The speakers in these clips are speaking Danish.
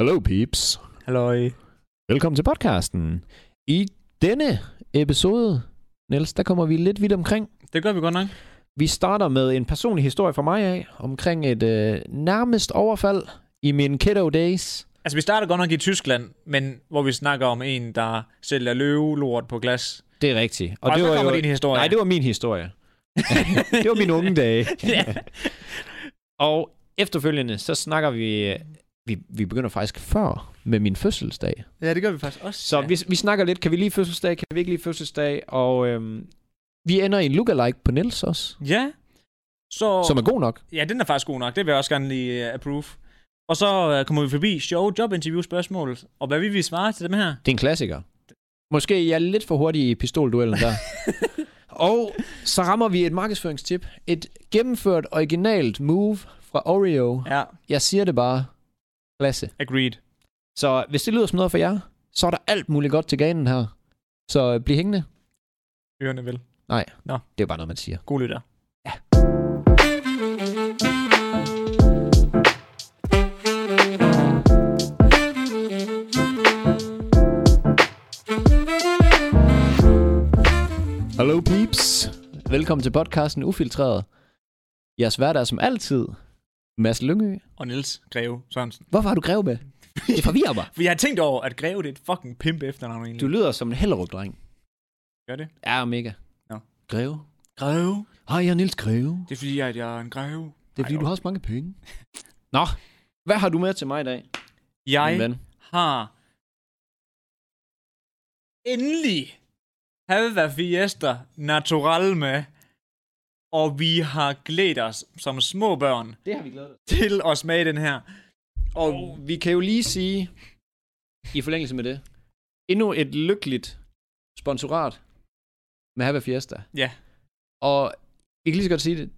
Hello peeps. Halløj. Velkommen til podcasten. I denne episode, Niels, der kommer vi lidt vidt omkring. Det gør vi godt nok. Vi starter med en personlig historie fra mig af, omkring et øh, nærmest overfald i mine kiddo days. Altså, vi starter godt nok i Tyskland, men hvor vi snakker om en, der sælger løvelort på glas. Det er rigtigt. Og, og det så var kommer jo... din historie. Nej, det var min historie. det var mine unge dage. Ja. Og efterfølgende, så snakker vi... øh, Vi, vi begynder faktisk før med min fødselsdag. ja, det gør vi faktisk også. Så ja. vi, vi snakker lidt, kan vi lide fødselsdag, kan vi ikke lide fødselsdag, og øhm, vi ender i en lookalike på Niels også, Ja. Så... oh. som er god nok. Ja, den er faktisk god nok. Det vil jeg også gerne lige uh, approve. Og så uh, kommer vi forbi sjove jobinterview spørgsmål. Og hvad vil vi svare til dem her? Det er en klassiker. Måske jeg er lidt for hurtig i pistolduellen der. og så rammer vi et markedsføringstip. Et gennemført originalt move fra Oreo. Ja, Jeg siger det bare. Klasse. agreed. Så hvis det lyder som noget for jer, så er der alt muligt godt til ganen her. Så øh, bliv hængende. Ørerne vil. Det er bare noget, man siger. God lytter. Hello peeps. Velkommen til podcasten Ufiltreret. Jeres hverdag er som altid. Mads Lyngø. Og Niels Greve Sørensen. Hvorfor har du greve med? Det forvirrer mig. For jeg har tænkt over, at Greve det er et fucking pimp efternavn egentlig. Du lyder som en hellerup-dreng. gør det. Ja, mega. Nå. Greve. Greve? Hej, jeg er Niels Greve. Det er fordi, at jeg er en greve. Det er fordi, du har så mange penge. Nå, hvad har du med til mig i dag, Jeg min ven? har endelig Halva Fiesta Natural med, og vi har glædet os som små børn Det har vi glædet os. til at smage den her. Og Og vi kan jo lige sige, i forlængelse med det, endnu et lykkeligt sponsorat med Habba Fiesta. Ja. Og vi kan lige så godt sige det,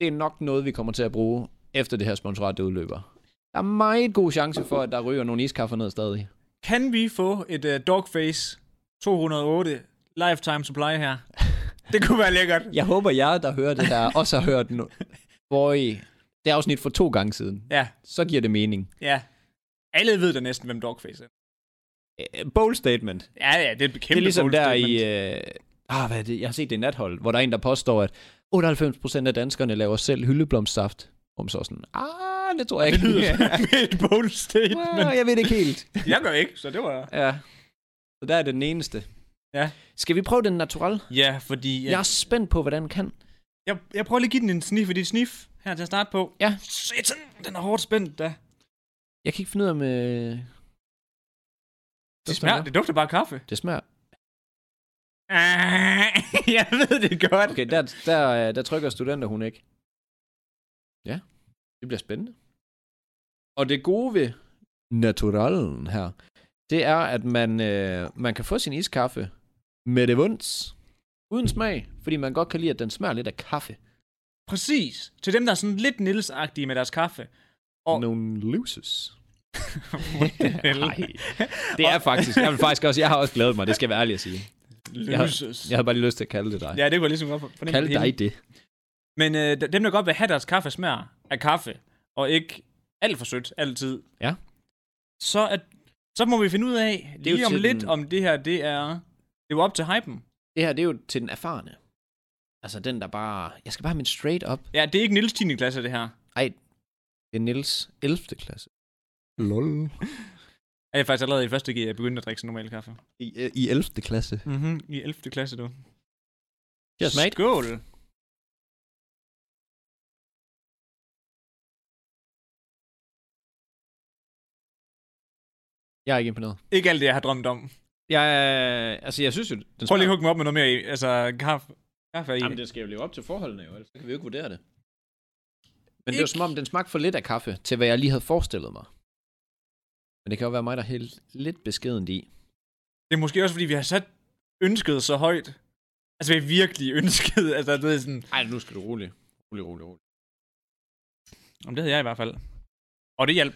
det er nok noget, vi kommer til at bruge, efter det her sponsorat det udløber. Der er meget god chance for, at der ryger nogle iskaffer ned stadig. kan vi få et uh, Dogface 208 Lifetime Supply her? Det kunne være lækkert. Jeg håber, jer, der hører det her, også har hørt no- hvor I, det er afsnit for to gange siden. Ja, Så giver det mening. ja. Alle ved da næsten, hvem Dogface er. Øh, Bold statement. Ja, ja, det er et kæmpe det er ligesom bold der i... statement. Øh, ah, hvad er det? Jeg har set det i Nathold, hvor der er en, der påstår, at 98% af danskerne laver selv hyldeblomstsaft. Om så er sådan, ah, det tror jeg Det ikke. lyder som et bold statement. ah, jeg ved det ikke helt. Jeg gør ikke, så det var... ja. Så der er den eneste. Ja. Skal vi prøve den natural? Ja. Ja, fordi... Jeg er spændt på, hvordan den kan. Jeg, jeg prøver lige at give den en snif, fordi snif her til at starte på. Ja. Satan, den er hårdt spændt da. Jeg kan ikke finde ud af med... Det, smager, det dufter bare af kaffe. Det smager. Ah, jeg ved det godt. Okay, der, der, øh, der trykker studenter hun ikke. Ja, det bliver spændende. Og det gode ved naturalen her, det er, at man, øh, man kan få sin iskaffe med det vunds, uden smag, fordi man godt kan lide, at den smager lidt af kaffe. Præcis. Til dem, der er sådan lidt nils med deres kaffe. Og... Og- Nogle loses. What the hell? Nej, det er faktisk, jeg, vil faktisk også, jeg har også glædet mig, det skal jeg være ærlig at sige. Løses. Jeg havde bare lige lyst til at kalde det dig. Ja, det kunne jeg ligesom godt fornemme. Kald det hele. dig det. Men øh, d- dem, der godt vil have deres kaffe smager af kaffe, og ikke alt for sødt altid. Ja. Så, at, så må vi finde ud af er jo lige om til lidt, den- om det her, det er... Det var op til hypen. Det her, det er jo til den erfarne. Altså den, der bare, jeg skal bare have min straight up Ja, det er ikke Nils 10. klasse, det her. Det er Niels 11. klasse. Lol. Jeg er faktisk allerede i første G, jeg begyndte at drikke sådan normal kaffe. I, i 11. klasse. Mm-hmm. I 11. klasse, du. Cheers, mate. Skål. Jeg er ikke imponeret. Ikke alt det, jeg har drømt om. Jeg, altså, jeg synes jo, den Prøv lige at hugge mig op med noget mere i. Altså, kaffe. Kaffe er i. Jamen, det skal jo leve op til forholdene jo, altså. ellers kan vi jo ikke vurdere det. Men det Ikke- var som om, den smagte for lidt af kaffe, til hvad jeg lige havde forestillet mig. Men det kan jo være mig, der er helt lidt beskedent i. det er måske også, fordi vi har sat ønsket så højt. Altså, vi har virkelig ønsket. Altså, det er sådan... Ej, nu skal du rolig. Rolig, rolig, rolig. Om det havde jeg i hvert fald. Og det hjalp.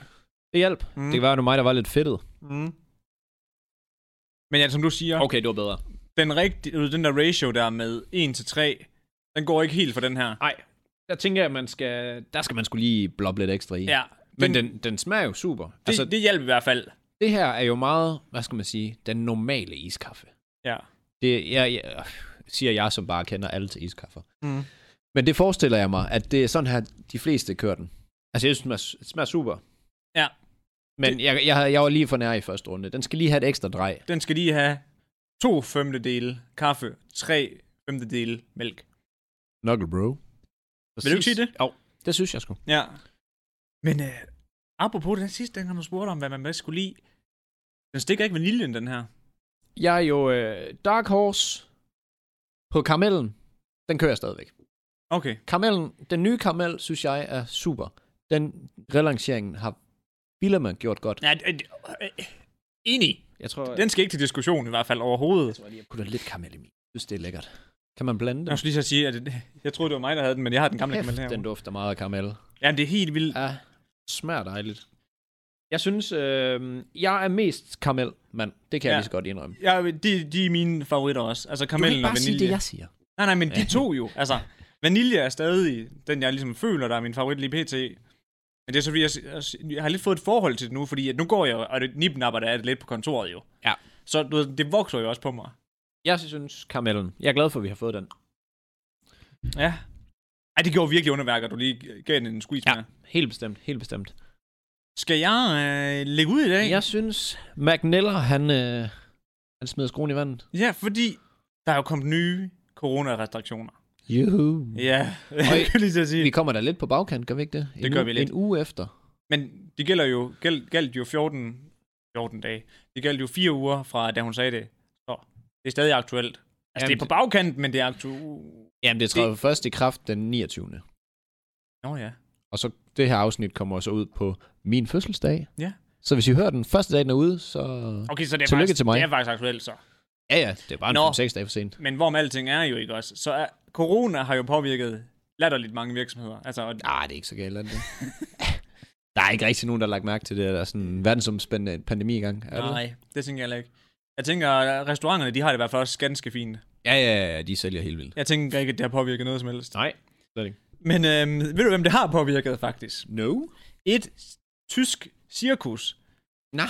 Det hjalp. Mm. Det kan være, at det var mig, der var lidt fedtet. Mm. Men ja, som du siger, okay. Okay, det var bedre. den, rigtige, den der ratio der med 1 til 3, den går ikke helt for den her. Der tænker jeg, at man skal... Der skal man skulle lige bloppe lidt ekstra i. Ja, Men den, den smager jo super. Det, Det, altså, altså, det hjælper i hvert fald. det her er jo meget, hvad skal man sige, den normale iskaffe. Ja. Det jeg, jeg, siger jeg, som bare kender alle til iskaffer. Mm. Men det forestiller jeg mig, at det er sådan her, de fleste kører den. Altså, jeg synes, den smager, den smager super. Ja. Men jeg, jeg, havde- jeg var lige for nær i første runde. Den skal lige have et ekstra drej. Den skal lige have to femtedele kaffe, tre femtedele mælk. Knuckle bro. Vil du ikke sige det? Jo, det synes jeg sgu. Ja. Men øh, apropos den sidste, dengang du spurgte om, hvad man bedst skulle lide. Den stikker ikke vaniljen, den her. Jeg er jo øh, Dark Horse på karamellen. Den kører jeg stadigvæk. Okay. Karamellen, den nye karamel, synes jeg er super. Den relanceringen har Billerman gjort godt. Ja, d- d- øh, enig. Jeg tror, Den skal ikke til diskussion i hvert fald overhovedet. tror lige, jeg putter lidt karamel i min. Jeg synes, det er lækkert. Kan man blande Jeg den? skulle lige så sige, at det, jeg troede, det var mig, der havde den, men jeg har den gamle karamel Kæft, her. den dufter meget af karamel. Ja, det er helt vildt. Ja, smager dejligt. Jeg synes, øh, jeg er mest karamel, mand. Det kan ja. Ja. jeg lige så godt indrømme. Ja, de, de er mine favoritter også. Altså Du kan karamellen ikke og bare sige vanilje. det, jeg siger. Nej, nej, men de Ja. to jo. Altså, vanilje er stadig den, jeg ligesom føler, der er min favorit lige pt. Men det er så, fordi jeg, jeg, jeg har lidt fået et forhold til det nu, fordi at nu går jeg jo- og det nipnapper der er det lidt på kontoret jo. Ja. Så du ved, det vokser jo også på mig. Jeg synes karamellen. Jeg er glad for, at vi har fået den. Ja. Ej, det gjorde virkelig underværker, du lige gav den en squeeze Ja. mere. Helt bestemt, helt bestemt. Skal jeg øh, lægge ud i dag? Jeg synes, McNeller, han, øh, han smed skruen i vandet. ja fordi der er jo kommet nye coronarestriktioner. Juhu. Ja, Oi. jeg kan lige så sige. Vi kommer da lidt på bagkant, gør vi ikke det? En Det gør uge- vi lidt. En uge efter. Men det gælder jo, gæld, gældt jo 14, 14 dage. Det gælder jo fire uger fra, da hun sagde det. Så det er stadig aktuelt. Altså, Jamen, det er på bagkanten, men det er aktuelt. Jamen, det træder først i kraft den 29. Nå ja. Og så det her afsnit kommer så ud på min fødselsdag. Ja. Så hvis I hører den første dag, den er ude, så... Okay, så det er, Tillykke faktisk, til mig. det er faktisk aktuelt så. Ja, ja, det er bare en Nå. 5-6 dage for sent. Men hvorom alting er jo ikke også. Så er, corona har jo påvirket latterligt mange virksomheder. Altså, og, Nej, Ah, det er ikke så galt, er det det? der er ikke rigtig nogen, der har lagt mærke til det. Der er sådan en verdensomspændende pandemi i gang. Er det? nej, det tænker jeg heller ikke. Jeg tænker, at restauranterne, de har det i hvert fald også ganske fint. Ja, ja, ja, de sælger helt vildt. Jeg tænker ikke, at det har påvirket noget som helst. Nej. Men øhm, ved du, hvem det har påvirket, faktisk? No. Et tysk cirkus Nej.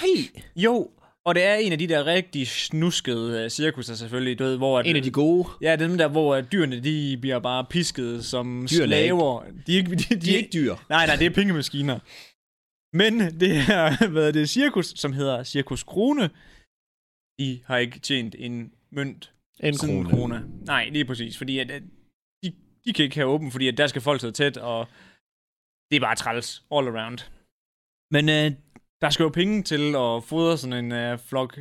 Jo, og det er en af de der rigtig snuskede øh, cirkusser selvfølgelig, du ved, hvor... At, En af de gode. Ja, dem der, hvor øh, dyrene, de bliver bare pisket som Dyrene er ikke- slaver. De er ikke... De, de, De er ikke dyr. Nej, nej, det er pengemaskiner. Men det her, hvad er det, cirkus, som hedder Cirkus Krone, de har ikke tjent en mønt En siden corona. Nej, lige præcis, fordi at, at de, de kan ikke have åben, fordi at der skal folk sidde tæt, og det er bare træls all around. Men øh, der skal jo penge til at fodre sådan en øh, flok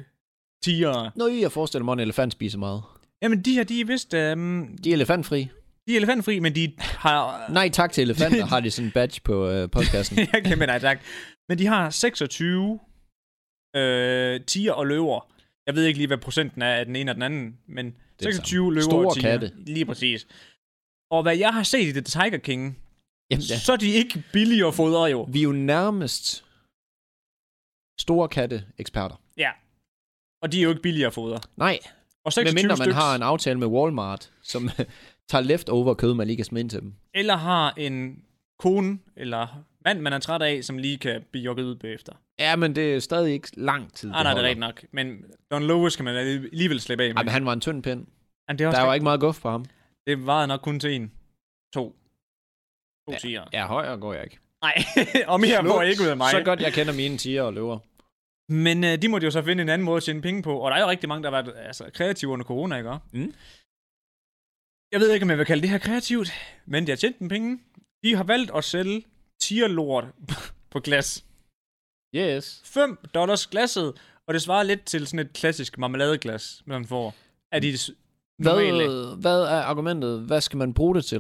tiger. Nå, jeg forestiller mig, at en elefant spiser meget. Jamen, de her, de er vist, øh, de De er elefantfri. er elefantfri, men de har... Nej, tak til elefanter, har de sådan en badge på øh, podcasten. jeg kæmper nej tak. Men de har 26 øh, tiger og løver. Jeg ved ikke lige, hvad procenten er af den ene og den anden, men Det er 26 løver Store og tiger. katte. Lige præcis. Og hvad jeg har set i The Tiger King, Jamen, ja. så er de ikke billige at fodre jo. Vi er jo nærmest store katte-eksperter. Og de er jo ikke billige at fodre. Nej, Og 26 medmindre man styks, har en aftale med Walmart, som tager leftover kød, man lige kan smide ind til dem. eller har en kone eller mand, man er træt af, som lige kan blive jogget ud bagefter. Ja, men det er stadig ikke lang tid. Ah, nej, det er holder. rigtigt nok. Men Don Lewis kan man alligevel slippe af med. Ej, men han var en tynd pind. Jamen, det er også Der var rigtigt. ikke meget guf på ham. Det varede nok kun til en. To. To tiger. Ja, højere går jeg ikke. Nej, og mere får ikke ud af mig. Så godt jeg kender mine tiger og løver. Men øh, de måtte jo så finde en anden måde at tjene penge på, og der er jo rigtig mange, der har været altså, kreative under corona, ikke også? Mm. Jeg ved ikke, om jeg vil kalde det her kreativt, men de har tjent dem penge. De har valgt at sælge tierlort på glas. Yes. 5 dollars glasset, og det svarer lidt til sådan et klassisk marmeladeglas, man får af de s- Hvad, normale hvad er argumentet? Hvad skal man bruge det til?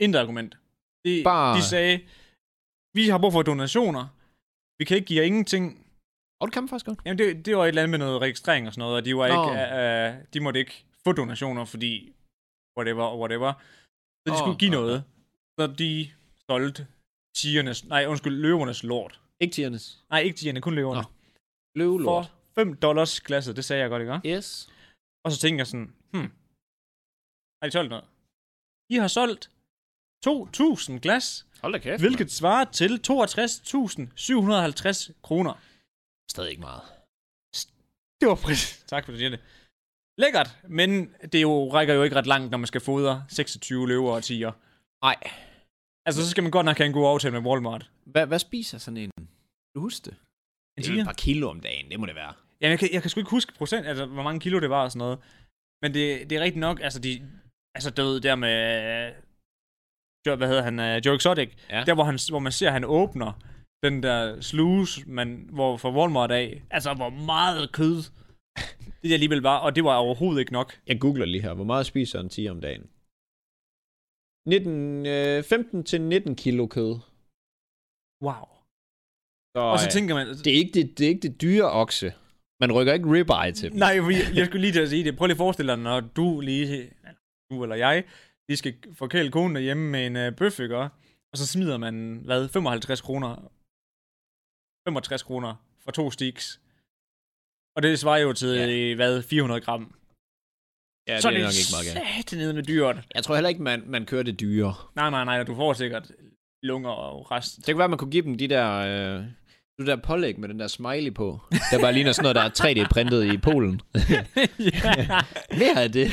Intet argument. De, Bare- de sagde, vi har brug for donationer. Vi kan ikke give jer ingenting. Og det kan man faktisk godt. Jamen, det, det var et eller andet med noget registrering og sådan noget, og de, var Nå. ikke, øh, øh, de måtte ikke få donationer, fordi whatever, whatever. Så de Åh, skulle give nå, noget. Så de solgte tigernes, nej, undskyld, løvernes lort. Ikke tigernes. Nej, ikke tigerne, kun løverne. Løvelort. For 5 dollars glasset, det sagde jeg godt, ikke? også? Yes. Og så tænker jeg sådan, hmm, har de solgt noget? I har solgt 2.000 glas Hold da kæft. Hvilket? hvilket svarer til 62.750 kroner. Stadig ikke meget. Det var præcis. Tak for det, Jette. Lækkert, men det jo, rækker jo ikke ret langt, når man skal fodre 26 løver og tiger. Nej. Altså, så skal man godt nok have en god aftale med Walmart. Hvad, hvad spiser sådan en? Kan Du husker det? Det er En tiger? et par kilo om dagen, det må det være. Jamen, jeg kan, jeg kan sgu ikke huske procent, altså, hvor mange kilo det var og sådan noget. Men det, det er rigtigt nok, altså, de, altså død der med, jo, hvad hedder han, øh, Joe Exotic, Ja. der hvor, han, hvor man ser, at han åbner den der sluse, man, hvor fra Walmart af, altså, hvor meget kød det alligevel var, og det var overhovedet ikke nok. Jeg googler lige her. Hvor meget spiser en tiger om dagen? 19, øh, 15 til 19 kilo kød. Wow. Så, Og så øh, tænker man, det, er ikke det, det er ikke det dyre okse. Man rykker ikke ribeye til dem. Nej, fordi jeg skulle lige til at sige det. Prøv lige at forestille dig, når du lige, du eller jeg, lige skal forkæle konen derhjemme med en øh, bøf, ikke? også? Og så smider man, hvad, 55 kroner, 65 kroner for to sticks. Og det svarer jo til, ja. hvad, 400 gram. ja, så er det satan med dyrt. Jeg tror heller ikke, man, man kører det dyre. Nej, nej, nej, og du får sikkert lunger og rest. Det kan være, man kunne give dem de der, øh, det der pålæg med den der smiley på. Der bare ligner sådan noget, der er 3D-printet i Polen. ja, Mere af det.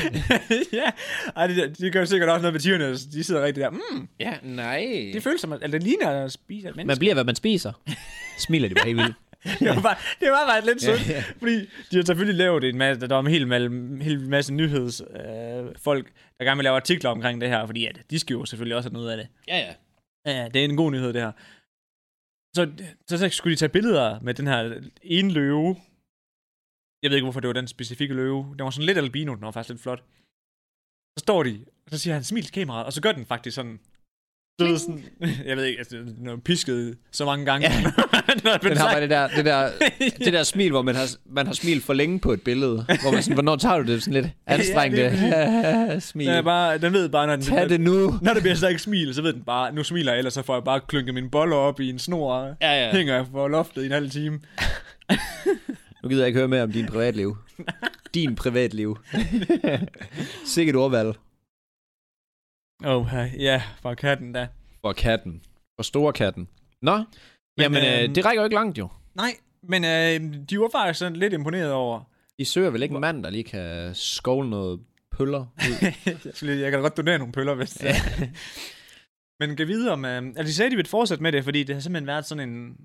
ja. Ej, det, det gør sikkert også noget med tigerne. De sidder rigtig der, mm, Ja, nej. det føles som, at eller det ligner at spise et menneske. Man bliver, hvad man spiser. Smiler de bare helt vildt. det, var bare, det var bare lidt Ja, sødt, ja. fordi de har selvfølgelig lavet en masse, der er en hel, mal- hel masse nyhedsfolk, øh, folk, der gerne vil lave artikler omkring det her, fordi at de skal jo selvfølgelig også have noget af det. Ja, ja. Ja, ja, det er en god nyhed, det her. Så, så, så skulle de tage billeder med den her ene løve. Jeg ved ikke, hvorfor det var den specifikke løve. Den var sådan lidt albino, den var faktisk lidt flot. Så står de, og så siger han, smil til kameraet, og så gør den faktisk sådan... Du ved, sådan, jeg ved ikke, altså, den er pisket så mange gange. Ja. den har, Den har bare det. det der, det der, det der smil, hvor man har, man har smilt for længe på et billede. Hvor man sådan, hvornår tager du det sådan lidt anstrengende Ja, det smil? Den, er bare, den ved bare, når den, Tag det nu. når der bliver sagt ikke smil, så ved den bare, nu smiler jeg, ellers så får jeg bare klynket mine boller op i en snor, og Ja, ja. hænger jeg for loftet i en halv time. Nu gider jeg ikke høre mere om din privatliv. Din privatliv. Sikkert ordvalg. Åh, oh, ja, for katten da. For katten. For store katten. Nå, men, jamen øh, øh, det rækker jo ikke langt jo. Nej, men øh, de var faktisk sådan lidt imponeret over. I søger vel ikke en mand, der lige kan skovle noget pøller ud? jeg, skulle, jeg kan da godt donere nogle pøller, hvis det er. Men kan vide om... Øh, altså, de sagde, de ville fortsætte med det, fordi det har simpelthen været sådan en...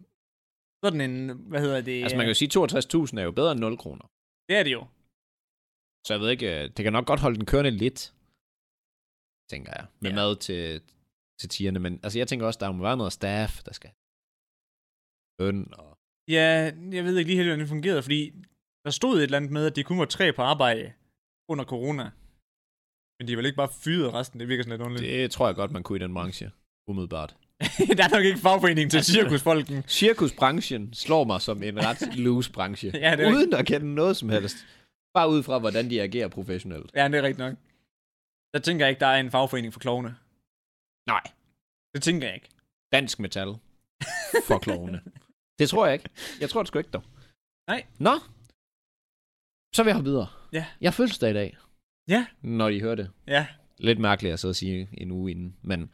Sådan en... Hvad hedder det? altså man kan jo sige, 62.000 er jo bedre end 0 kroner. Det er det jo. Så jeg ved ikke, øh, det kan nok godt holde den kørende lidt, tænker jeg, med Ja. ja. mad til, til tierne. Men altså jeg tænker også, der må være noget staff, der skal løn og... Ja, jeg ved ikke lige helt, hvordan det fungerede, fordi der stod et eller andet med, at de kun var tre på arbejde under corona. Men de er vel ikke bare fyret resten, det virker sådan lidt underligt. Det tror jeg godt, man kunne i den branche, umiddelbart. Det... der er nok ikke fagforening til Altså- cirkusfolken. Cirkusbranchen slår mig som en ret loose branche. Ja, det er uden at kende noget som helst. Bare ud fra, hvordan de agerer professionelt. Ja, det er rigtigt nok. Der tænker jeg ikke, der er en fagforening for klovne. Nej. Det tænker jeg ikke. Dansk metal. For klovene. det tror jeg ikke. Jeg tror det sgu ikke, dog. Nej. Nå. Så vil jeg hoppe videre. Ja. Jeg har fødselsdag i dag. Ja. Når I hører det. Ja, Lidt mærkeligt at sidde og sige en uge inden. Men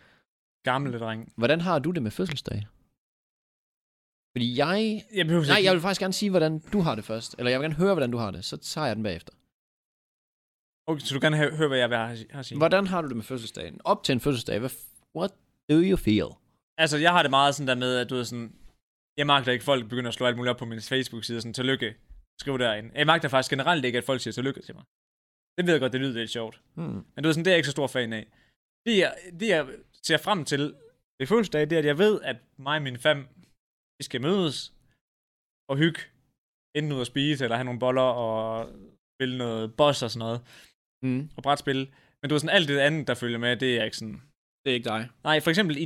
gamle dreng. hvordan har du det med fødselsdag? Fordi jeg... Jeg behøver Nej, jeg vil faktisk gerne sige, hvordan du har det først. Eller jeg vil gerne høre, hvordan du har det. Så tager jeg den bagefter. Okay, så du kan høre, høre hvad jeg har, har at sige. Hvordan har du det med fødselsdagen? Op til en fødselsdag, hvad f- what do you feel? Altså, jeg har det meget sådan der med, at du er sådan... Jeg magter ikke, at folk begynder at slå alt muligt op på min Facebook-side, sådan, tillykke, skriv derinde. Jeg magter faktisk generelt ikke, at folk siger tillykke til mig. Det ved jeg godt, det lyder lidt sjovt. Hmm. Men du ved sådan, det er jeg ikke så stor fan af. Det jeg, det, jeg ser frem til ved fødselsdag, det er, at jeg ved, at mig og mine fem, vi skal mødes og hygge. Enten ud at spise, eller have nogle boller og spille noget boss og sådan noget. Mm. Og brætspil. Men du er sådan, alt det andet, der følger med, det er jeg ikke sådan... Det er ikke dig. Nej, for eksempel i,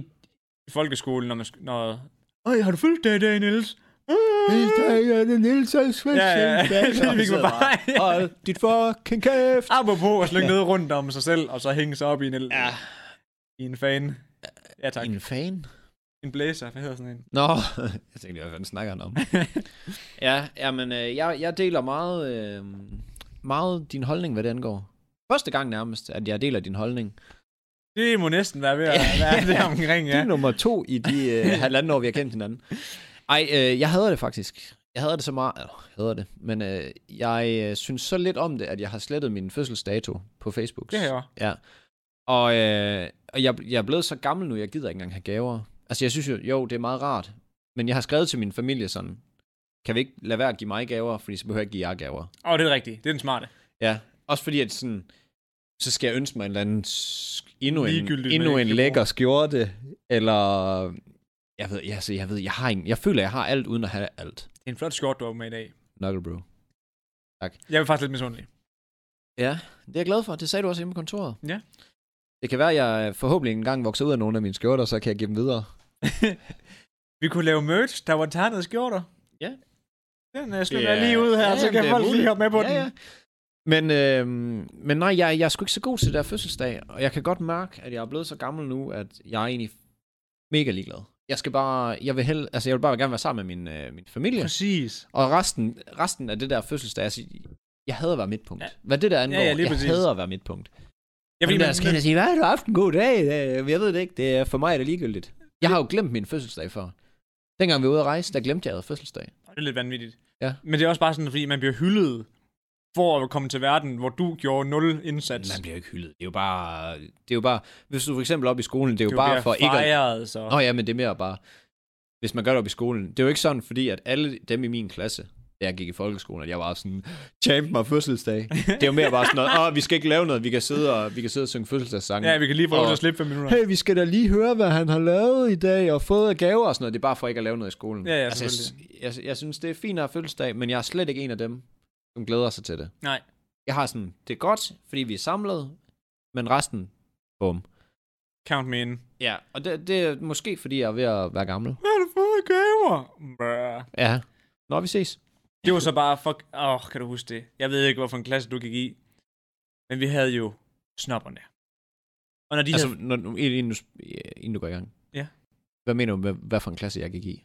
i folkeskolen, når man... sk- Når, Øj, har du fødselsdag i dag, Niels? Ah. er det Nilsens fødselsdag. Så sidder bare, Hold dit fucking kæft. Apropos at slynge noget rundt om sig selv, og så hænge sig op i en, el- Ja. i en fan. Ja, tak. En fan? En blæser, hvad hedder sådan en? Nå, jeg tænkte, hvad fanden snakker han om? ja, jamen, øh, jeg, jeg deler meget, øh, meget din holdning, hvad det angår. Første gang nærmest, at jeg deler din holdning. Det må næsten være ved at være der omkring, Ja. Det ja. er nummer to i de øh, halvanden år, vi har kendt hinanden. Ej, øh, jeg hader det faktisk. Jeg hader det så meget. Eller, hader det. Men øh, jeg øh, synes så lidt om det, at jeg har slettet min fødselsdato på Facebook. Det har jeg også. Ja. Og, øh, og jeg, jeg er blevet så gammel nu, jeg gider ikke engang have gaver. Altså, jeg synes jo, jo, det er meget rart. Men jeg har skrevet til min familie sådan, kan vi ikke lade være at give mig gaver, fordi så behøver jeg ikke give jer gaver. Åh, oh, det er rigtigt. Det er den smarte. Ja, også fordi at sådan, så skal jeg ønske mig en eller anden, sk- endnu en, Ligegyldigt, man endnu ikke en kan lækker bruge. skjorte, eller, jeg ved, jeg, altså, jeg ved, jeg har ingen, jeg føler, jeg har alt, uden at have alt. Det er en flot skjort, du har med i dag. Knuckle bro. Jeg er faktisk lidt misundelig. Ja, det er jeg glad for, det sagde du også hjemme på kontoret. Ja. Det kan være, at jeg forhåbentlig engang vokser ud af nogle af mine skjorter, så kan jeg give dem videre. Vi kunne lave merch, der var ternede skjorter. Ja. Den er slet yeah. lige ud her, ja, så jamen, kan det er folk lige muligt. hoppe med på ja, den. Ja. Men, øh, men nej, jeg, jeg er sgu ikke så god til det der fødselsdag, og jeg kan godt mærke, at jeg er blevet så gammel nu, at jeg er egentlig mega ligeglad. Jeg skal bare, jeg vil, hell, altså jeg vil bare gerne være sammen med min, øh, min familie, Præcis. og resten, resten af det der fødselsdag, altså, jeg hader at være midtpunkt. Ja. Ja. Hvad det der angår, ja, ja, lige jeg præcis. hader at være midtpunkt. altså, Jeg Jeg ved, vil, der man, skal hen og sige, hvad har du haft en god dag? i dag?" Jamen, Jeg ved det ikke, det er for mig er det ligegyldigt. Jeg har jo glemt min fødselsdag før. Dengang vi var ude at rejse, der glemte jeg, at jeg havde fødselsdag. det er lidt vanvittigt. Ja. Men det er også bare sådan, fordi man bliver hyldet for at komme til verden, hvor du gjorde nul indsats. Man bliver jo ikke hyldet. Det er jo bare, det er jo bare hvis du for eksempel op i skolen, det er jo Du du bare bliver for ikke at... fejret, så. Nå ja, men det er mere bare, hvis man gør det op i skolen. Det er jo ikke sådan, fordi at alle dem i min klasse, da jeg gik i folkeskolen, at jeg var sådan, champ mig fødselsdag. Det er jo mere bare sådan noget, åh, vi skal ikke lave noget, vi kan sidde og, vi kan sidde og synge fødselsdagssange. Ja, vi kan lige få lov til Og- at slippe fem minutter. Hey, vi skal da lige høre, hvad han har lavet i dag, og fået af gaver og sådan noget. Det er bare for ikke at lave noget i skolen. Ja, ja, altså, jeg, jeg, jeg, synes, det er fint at have fødselsdag, men jeg er slet ikke en af dem, som glæder sig til det. Nej. Jeg har sådan, det er godt, fordi vi er samlet, men resten, bum. Count me in. Ja, og det, det er måske, fordi jeg er ved at være gammel. Hvad har du fået af gaver? Brr. Ja. Nå, vi ses. Det var så bare, fuck, åh, oh, kan du huske det? Jeg ved ikke, hvorfor en klasse du gik i, men vi havde jo snopperne. Og når de Altså, altså, havde, når, nu- inden, du, inden du går i gang. Ja. Hvad mener du med, hvad for en klasse jeg gik i?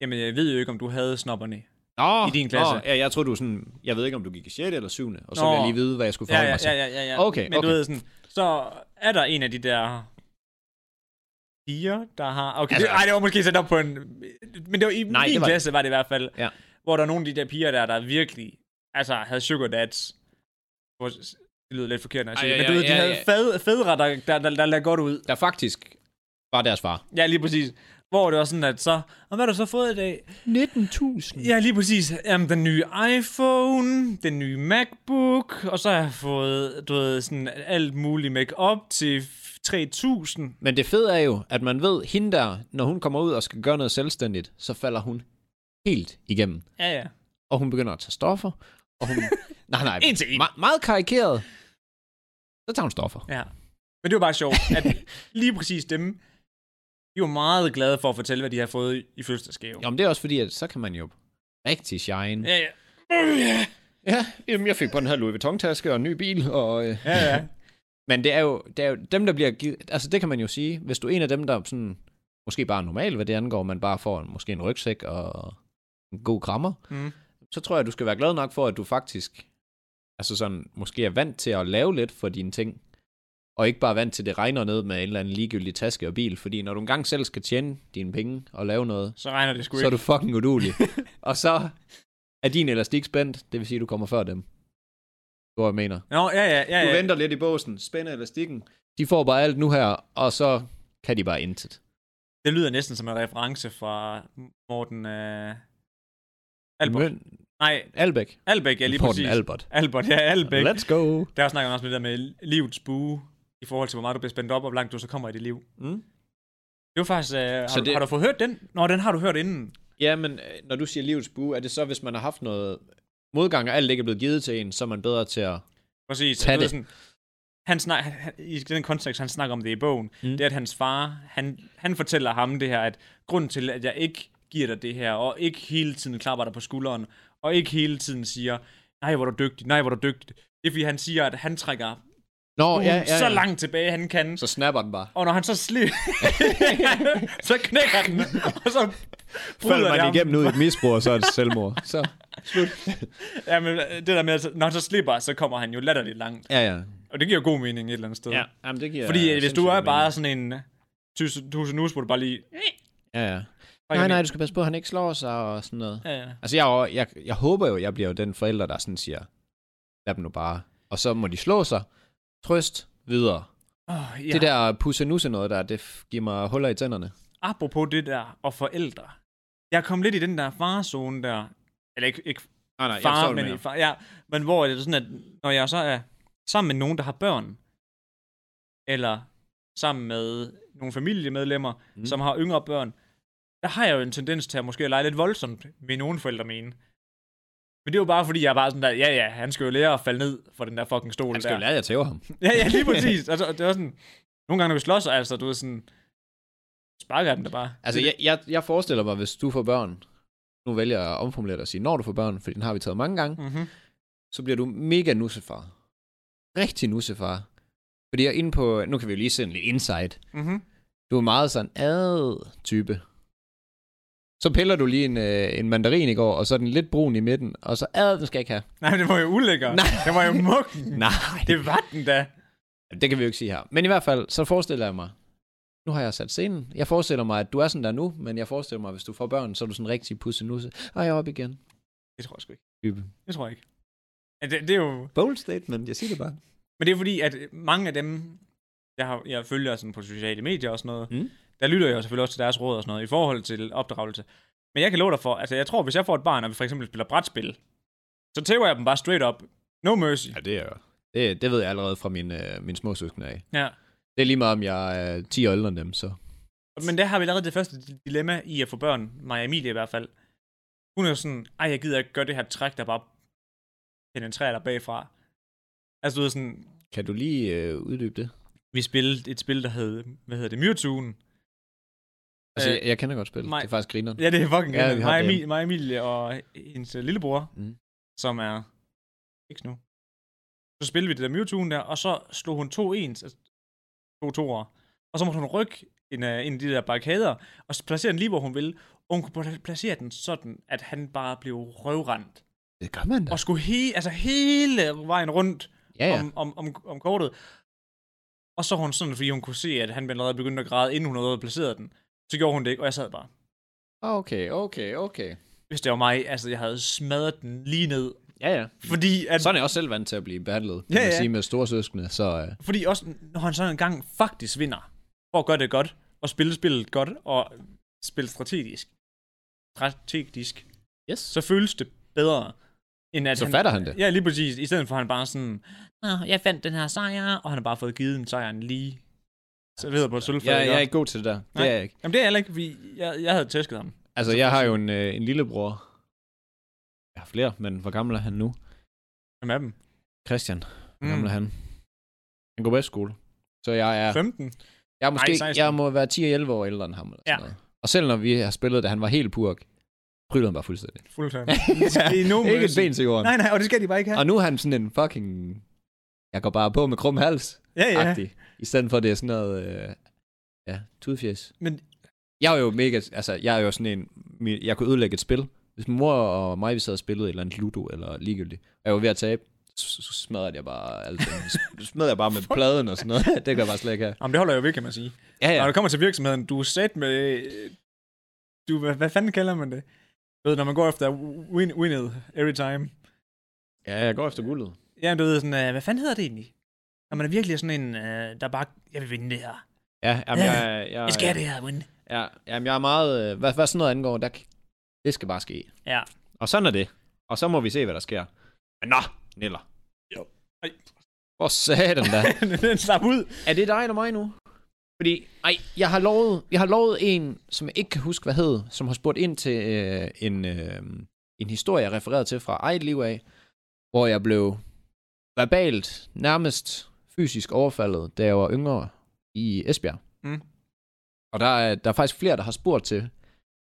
jamen jeg ved jo ikke, om du havde snopperne. Nå, I din klasse. Nå, ja, jeg tror du er sådan, jeg ved ikke, om du gik i 6. eller 7. Og så vil Nå. jeg lige vide, hvad jeg skulle Ja, forholde ja, mig til. ja, ja, ja, ja. Okay, men du okay. ved sådan, så er der en af de der piger, der har... Okay, altså, Altså- det, ej, det var måske sat op på en... Men det var i Nej, min det var det. klasse, var det i hvert fald, Ja. hvor der er nogle af de der piger der, der virkelig altså, havde sugar dads. Hvor- Det lyder lidt forkert, når jeg Ej, siger det, ja, men du ved, ja, de ja, havde ja. fæd- fædre, der, der, der, der lagde godt ud. Der faktisk var deres far. Ja, lige præcis. Hvor det var sådan, at så... Og hvad har du så fået i dag? 19.000. Ja, lige præcis. Jamen, den nye iPhone, den nye MacBook, og så har jeg fået, du ved, sådan alt muligt make-up til f- 3.000. Men det fede er jo, at man ved, hende der, når hun kommer ud og skal gøre noget selvstændigt, så falder hun helt igennem. Ja, ja. og hun begynder at tage stoffer, og hun... nej, nej, En til en. Me- meget karikeret. Så tager hun stoffer. ja. Men det var bare sjovt, at lige præcis dem, de var meget glade for at fortælle, hvad de har fået i fødselsdagsgave. Jamen, det er også fordi, at så kan man jo rigtig shine. Ja, ja. Uh, ja. Ja, jamen, jeg fik på den her Louis Vuitton-taske og en ny bil, og... Øh. Ja, ja. Men det er, jo, det er jo dem, der bliver givet... Altså, det kan man jo sige. Hvis du er en af dem, der sådan... Måske bare er normal, hvad det angår, man bare får en, måske en rygsæk og en god krammer, Mm. så tror jeg, du skal være glad nok for, at du faktisk altså sådan, måske er vant til at lave lidt for dine ting, og ikke bare vant til, at det regner ned med en eller anden ligegyldig taske og bil, fordi når du engang selv skal tjene dine penge og lave noget, Så regner det sgu så er ikke. du fucking udulig. og så er din elastik spændt, det vil sige, at du kommer før dem. Hvor jeg mener. Nå, ja, ja, ja, Du ja. venter lidt i båsen, spænder elastikken, de får bare alt nu her, og så kan de bare intet. Det lyder næsten som en reference fra Morten... Øh... Albert. Men, Nej, Albæk. Albert, ja, lige Morten præcis. Albert. Albert, ja, Albert. Let's go. Der snakker man også lidt der med livets bue, i forhold til, hvor meget du bliver spændt op, og hvor langt du så kommer i dit liv. Mm. Det var faktisk... Øh, har, det... det- har, du fået hørt den? Nå, den har du hørt inden. Ja, men øh, når du siger livets bue, er det så, hvis man har haft noget modgang, og alt ikke er blevet givet til en, så er man bedre til at... Præcis. Tag Du ved det. Sådan, han snak, han- han, I den kontekst, han snakker om det i bogen, mm. det er, at hans far, han, han fortæller ham det her, at grunden til, at jeg ikke giver dig det her, og ikke hele tiden klapper dig på skulderen, og ikke hele tiden siger, nej, hvor er du dygtig, nej, hvor er du dygtig. Det er, fordi han siger, at han trækker Nå, ja, ja, ja. Uh, så langt tilbage, han kan. Så snapper den bare. Og når han så slipper, så knækker den, og så bryder det ham. ud i et misbrug, og så er det selvmord. Så. øh, altså, Jamen, det der med, at så- når han så slipper, så kommer han jo latterligt langt. Ja, ja. Og det giver god mening et eller andet sted. Ja, jamen, det giver Fordi ja, hvis du sindssygt er mening. bare sådan en tusind nus, hvor du bare lige... Ja, ja. Nej, nej, du skal passe på, at han ikke slår sig og sådan noget. Ja, ja. Altså, jeg, er jo- jeg, jeg håber jo, jeg bliver jo den forælder, der sådan siger, lad dem nu bare. Og så må de slå sig. Trøst videre. Oh, Ja. ja. Det der pusse nusse noget der, det f- giver mig huller i tænderne. Apropos det der og forældre. Jeg kom lidt i den der farzone der. Eller ikke, ikke Nej, far, men i far, ja, men hvor er det sådan, at når jeg så er sammen med nogen, der har børn, eller sammen med nogle familiemedlemmer, Mm. mm. som har yngre børn, der har jeg jo en tendens til at måske lege lidt voldsomt med nogle forældre mene. Men det er jo bare fordi, jeg er bare sådan der, ja ja, han skal jo lære at falde ned for den der fucking stol Han skal jo der. lære, at jeg tæver ham. Ja, ja, lige præcis. Altså, det var sådan, nogle gange, når vi slås, altså, du er sådan, sparker jeg den der bare. Altså, jeg, jeg, jeg forestiller mig, hvis du får børn, nu vælger jeg at omformulere dig og sige, når du får børn, for den har vi taget mange gange, Mm-hmm. så bliver du mega nussefar. Rigtig nussefar. Fordi jeg er inde på, nu kan vi jo lige sende lidt insight. Mm-hmm. Du er meget sådan ad type. Så piller du lige en, øh, en mandarin i går, og så er den lidt brun i midten, og så ad, den skal jeg ikke have. Nej, men det var jo ulækker. Nej. Det var jo mukken. Nej, det, Det var den da. det kan vi jo ikke sige her. Men i hvert fald, så forestiller jeg mig, nu har jeg sat scenen. Jeg forestiller mig, at du er sådan der nu, men jeg forestiller mig, at hvis du får børn, så er du sådan rigtig pusse nusse. Og jeg er op igen. Det tror jeg sgu ikke. Type. Det tror jeg ikke. Ja, det, det er jo... Bold statement, jeg siger det bare. Men det er fordi, at mange af dem, jeg, har, jeg følger sådan på sociale medier og sådan noget, Mm. mm. der lytter jeg jo selvfølgelig også til deres råd og sådan noget i forhold til opdragelse. Men jeg kan love dig for, altså jeg tror, hvis jeg får et barn, og vi for eksempel spiller brætspil, så tæver jeg dem bare straight up. No mercy. Ja, det er jo. Det, det ved jeg allerede fra min, øh, min små søskende af. Ja. Det er lige meget, om jeg er 10 år ældre end dem, så. Men der har vi allerede det første dilemma i at få børn. Maja Emilie i hvert fald. Hun er jo sådan, ej, jeg gider ikke gøre det her træk, der bare penetrerer dig bagfra. Altså, du ved sådan, Kan du lige øh, uddybe det? vi spillede et spil, der hed, hvad hedder det, Mewtwo'en. Altså, Øh, jeg, jeg kender godt spillet. nej. Det er faktisk grineren. Ja, det er fucking Ja, ja, vi har mig, det. Emilie, mig, Emilie og hendes øh, lillebror, Mm. mm. som er ikke nu. Så spillede vi det der Mewtwo'en der, og så slog hun to ens, altså to toer. Og så måtte hun rykke en, af, en af de der barrikader, og s- placere den lige, hvor hun ville. Og hun kunne pla- placere den sådan, at han bare blev røvrendt. Det gør man da. Og skulle he, altså hele vejen rundt Ja, ja. om, om, om, om kortet. Og så var hun sådan, fordi hun kunne se, at han allerede begyndte at græde, inden hun havde placeret den. Så gjorde hun det ikke, og jeg sad bare. Ah, Okay, okay, okay. Hvis det var mig, altså jeg havde smadret den lige ned. Ja, ja. Fordi, at, Sådan er jeg også selv vant til at blive behandlet, ja, Ja, ja. ja. sige, med store søskende. Så øh, fordi også, når han sådan en gang faktisk vinder, for at gøre det godt, og spille spillet godt, og spille strategisk, strategisk, yes. så føles det bedre, end at Så Altså, fatter han det. Ja, lige præcis. I stedet for, at han bare sådan, Nå, jeg fandt den her sejr, og han har bare fået givet den sejren lige. Så ved på et sølvfag. Jeg, jeg er ikke? ikke god til det der. Det Nej. er jeg ikke. Jamen det er jeg heller ikke, fordi jeg, jeg havde tæsket ham. Altså, jeg har jo en, øh, en lillebror. Jeg har flere, men hvor gammel er han nu? Hvem er dem? Christian, hvor Mm. gammel er han? Han går på skole. Så jeg er, 15? jeg, er måske, Nej, 16. jeg må være 10-11 år ældre end ham. Eller sådan Ja. noget. Og selv når vi har spillet, da han var helt purk, prylede han bare fuldstændig. Fuldtime. Det er no ikke et mercy. ben til jorden. Nej, nej, og det skal de bare ikke have. Og nu er han sådan en fucking... Jeg går bare på med krum hals Ja, ja. -agtig. I stedet for, at det er sådan noget... Øh, ja, tudfjes. Men Jeg er jo mega... Altså, jeg er jo sådan en... min- Jeg kunne ødelægge et spil. Hvis min mor og mig, vi sad og spillede et eller andet ludo, eller ligegyldigt, og jeg var ved at tabe, så så smadrede jeg bare alt. Så smadrede jeg bare med pladen og sådan noget. det kan jeg bare slet ikke have. Jamen, det holder jeg jo ved, kan man sige. Ja, Ja. Når ja. du kommer til virksomheden, du er sat med... øh, Du, hvad, hvad fanden kalder man det? Du ved, når man går efter win, winnet every time. Ja, jeg går efter guldet. Ja, du ved sådan, øh, hvad fanden hedder det egentlig? Når man er virkelig sådan en, øh, der bare, jeg vil vinde det her. Ja, jamen, jeg, jeg, Jeg skal det her, win. Ja, jamen, jeg er meget... øh, Hvad, hvad sådan noget angår, der, kan- det skal bare ske. Ja. Og sådan er det. Og så må vi se, hvad der sker. Men nå, Niller. Jo. Ej. Hvor satan da. Den slap ud. er det dig eller mig nu? Fordi, ej, jeg har lovet, jeg har lovet en, som jeg ikke kan huske, hvad hed, som har spurgt ind til øh, en, øh, en historie, jeg refererede til fra eget liv af, hvor jeg blev verbalt, nærmest fysisk overfaldet, da jeg var yngre i Esbjerg. Mm. Og der er, der er faktisk flere, der har spurgt til,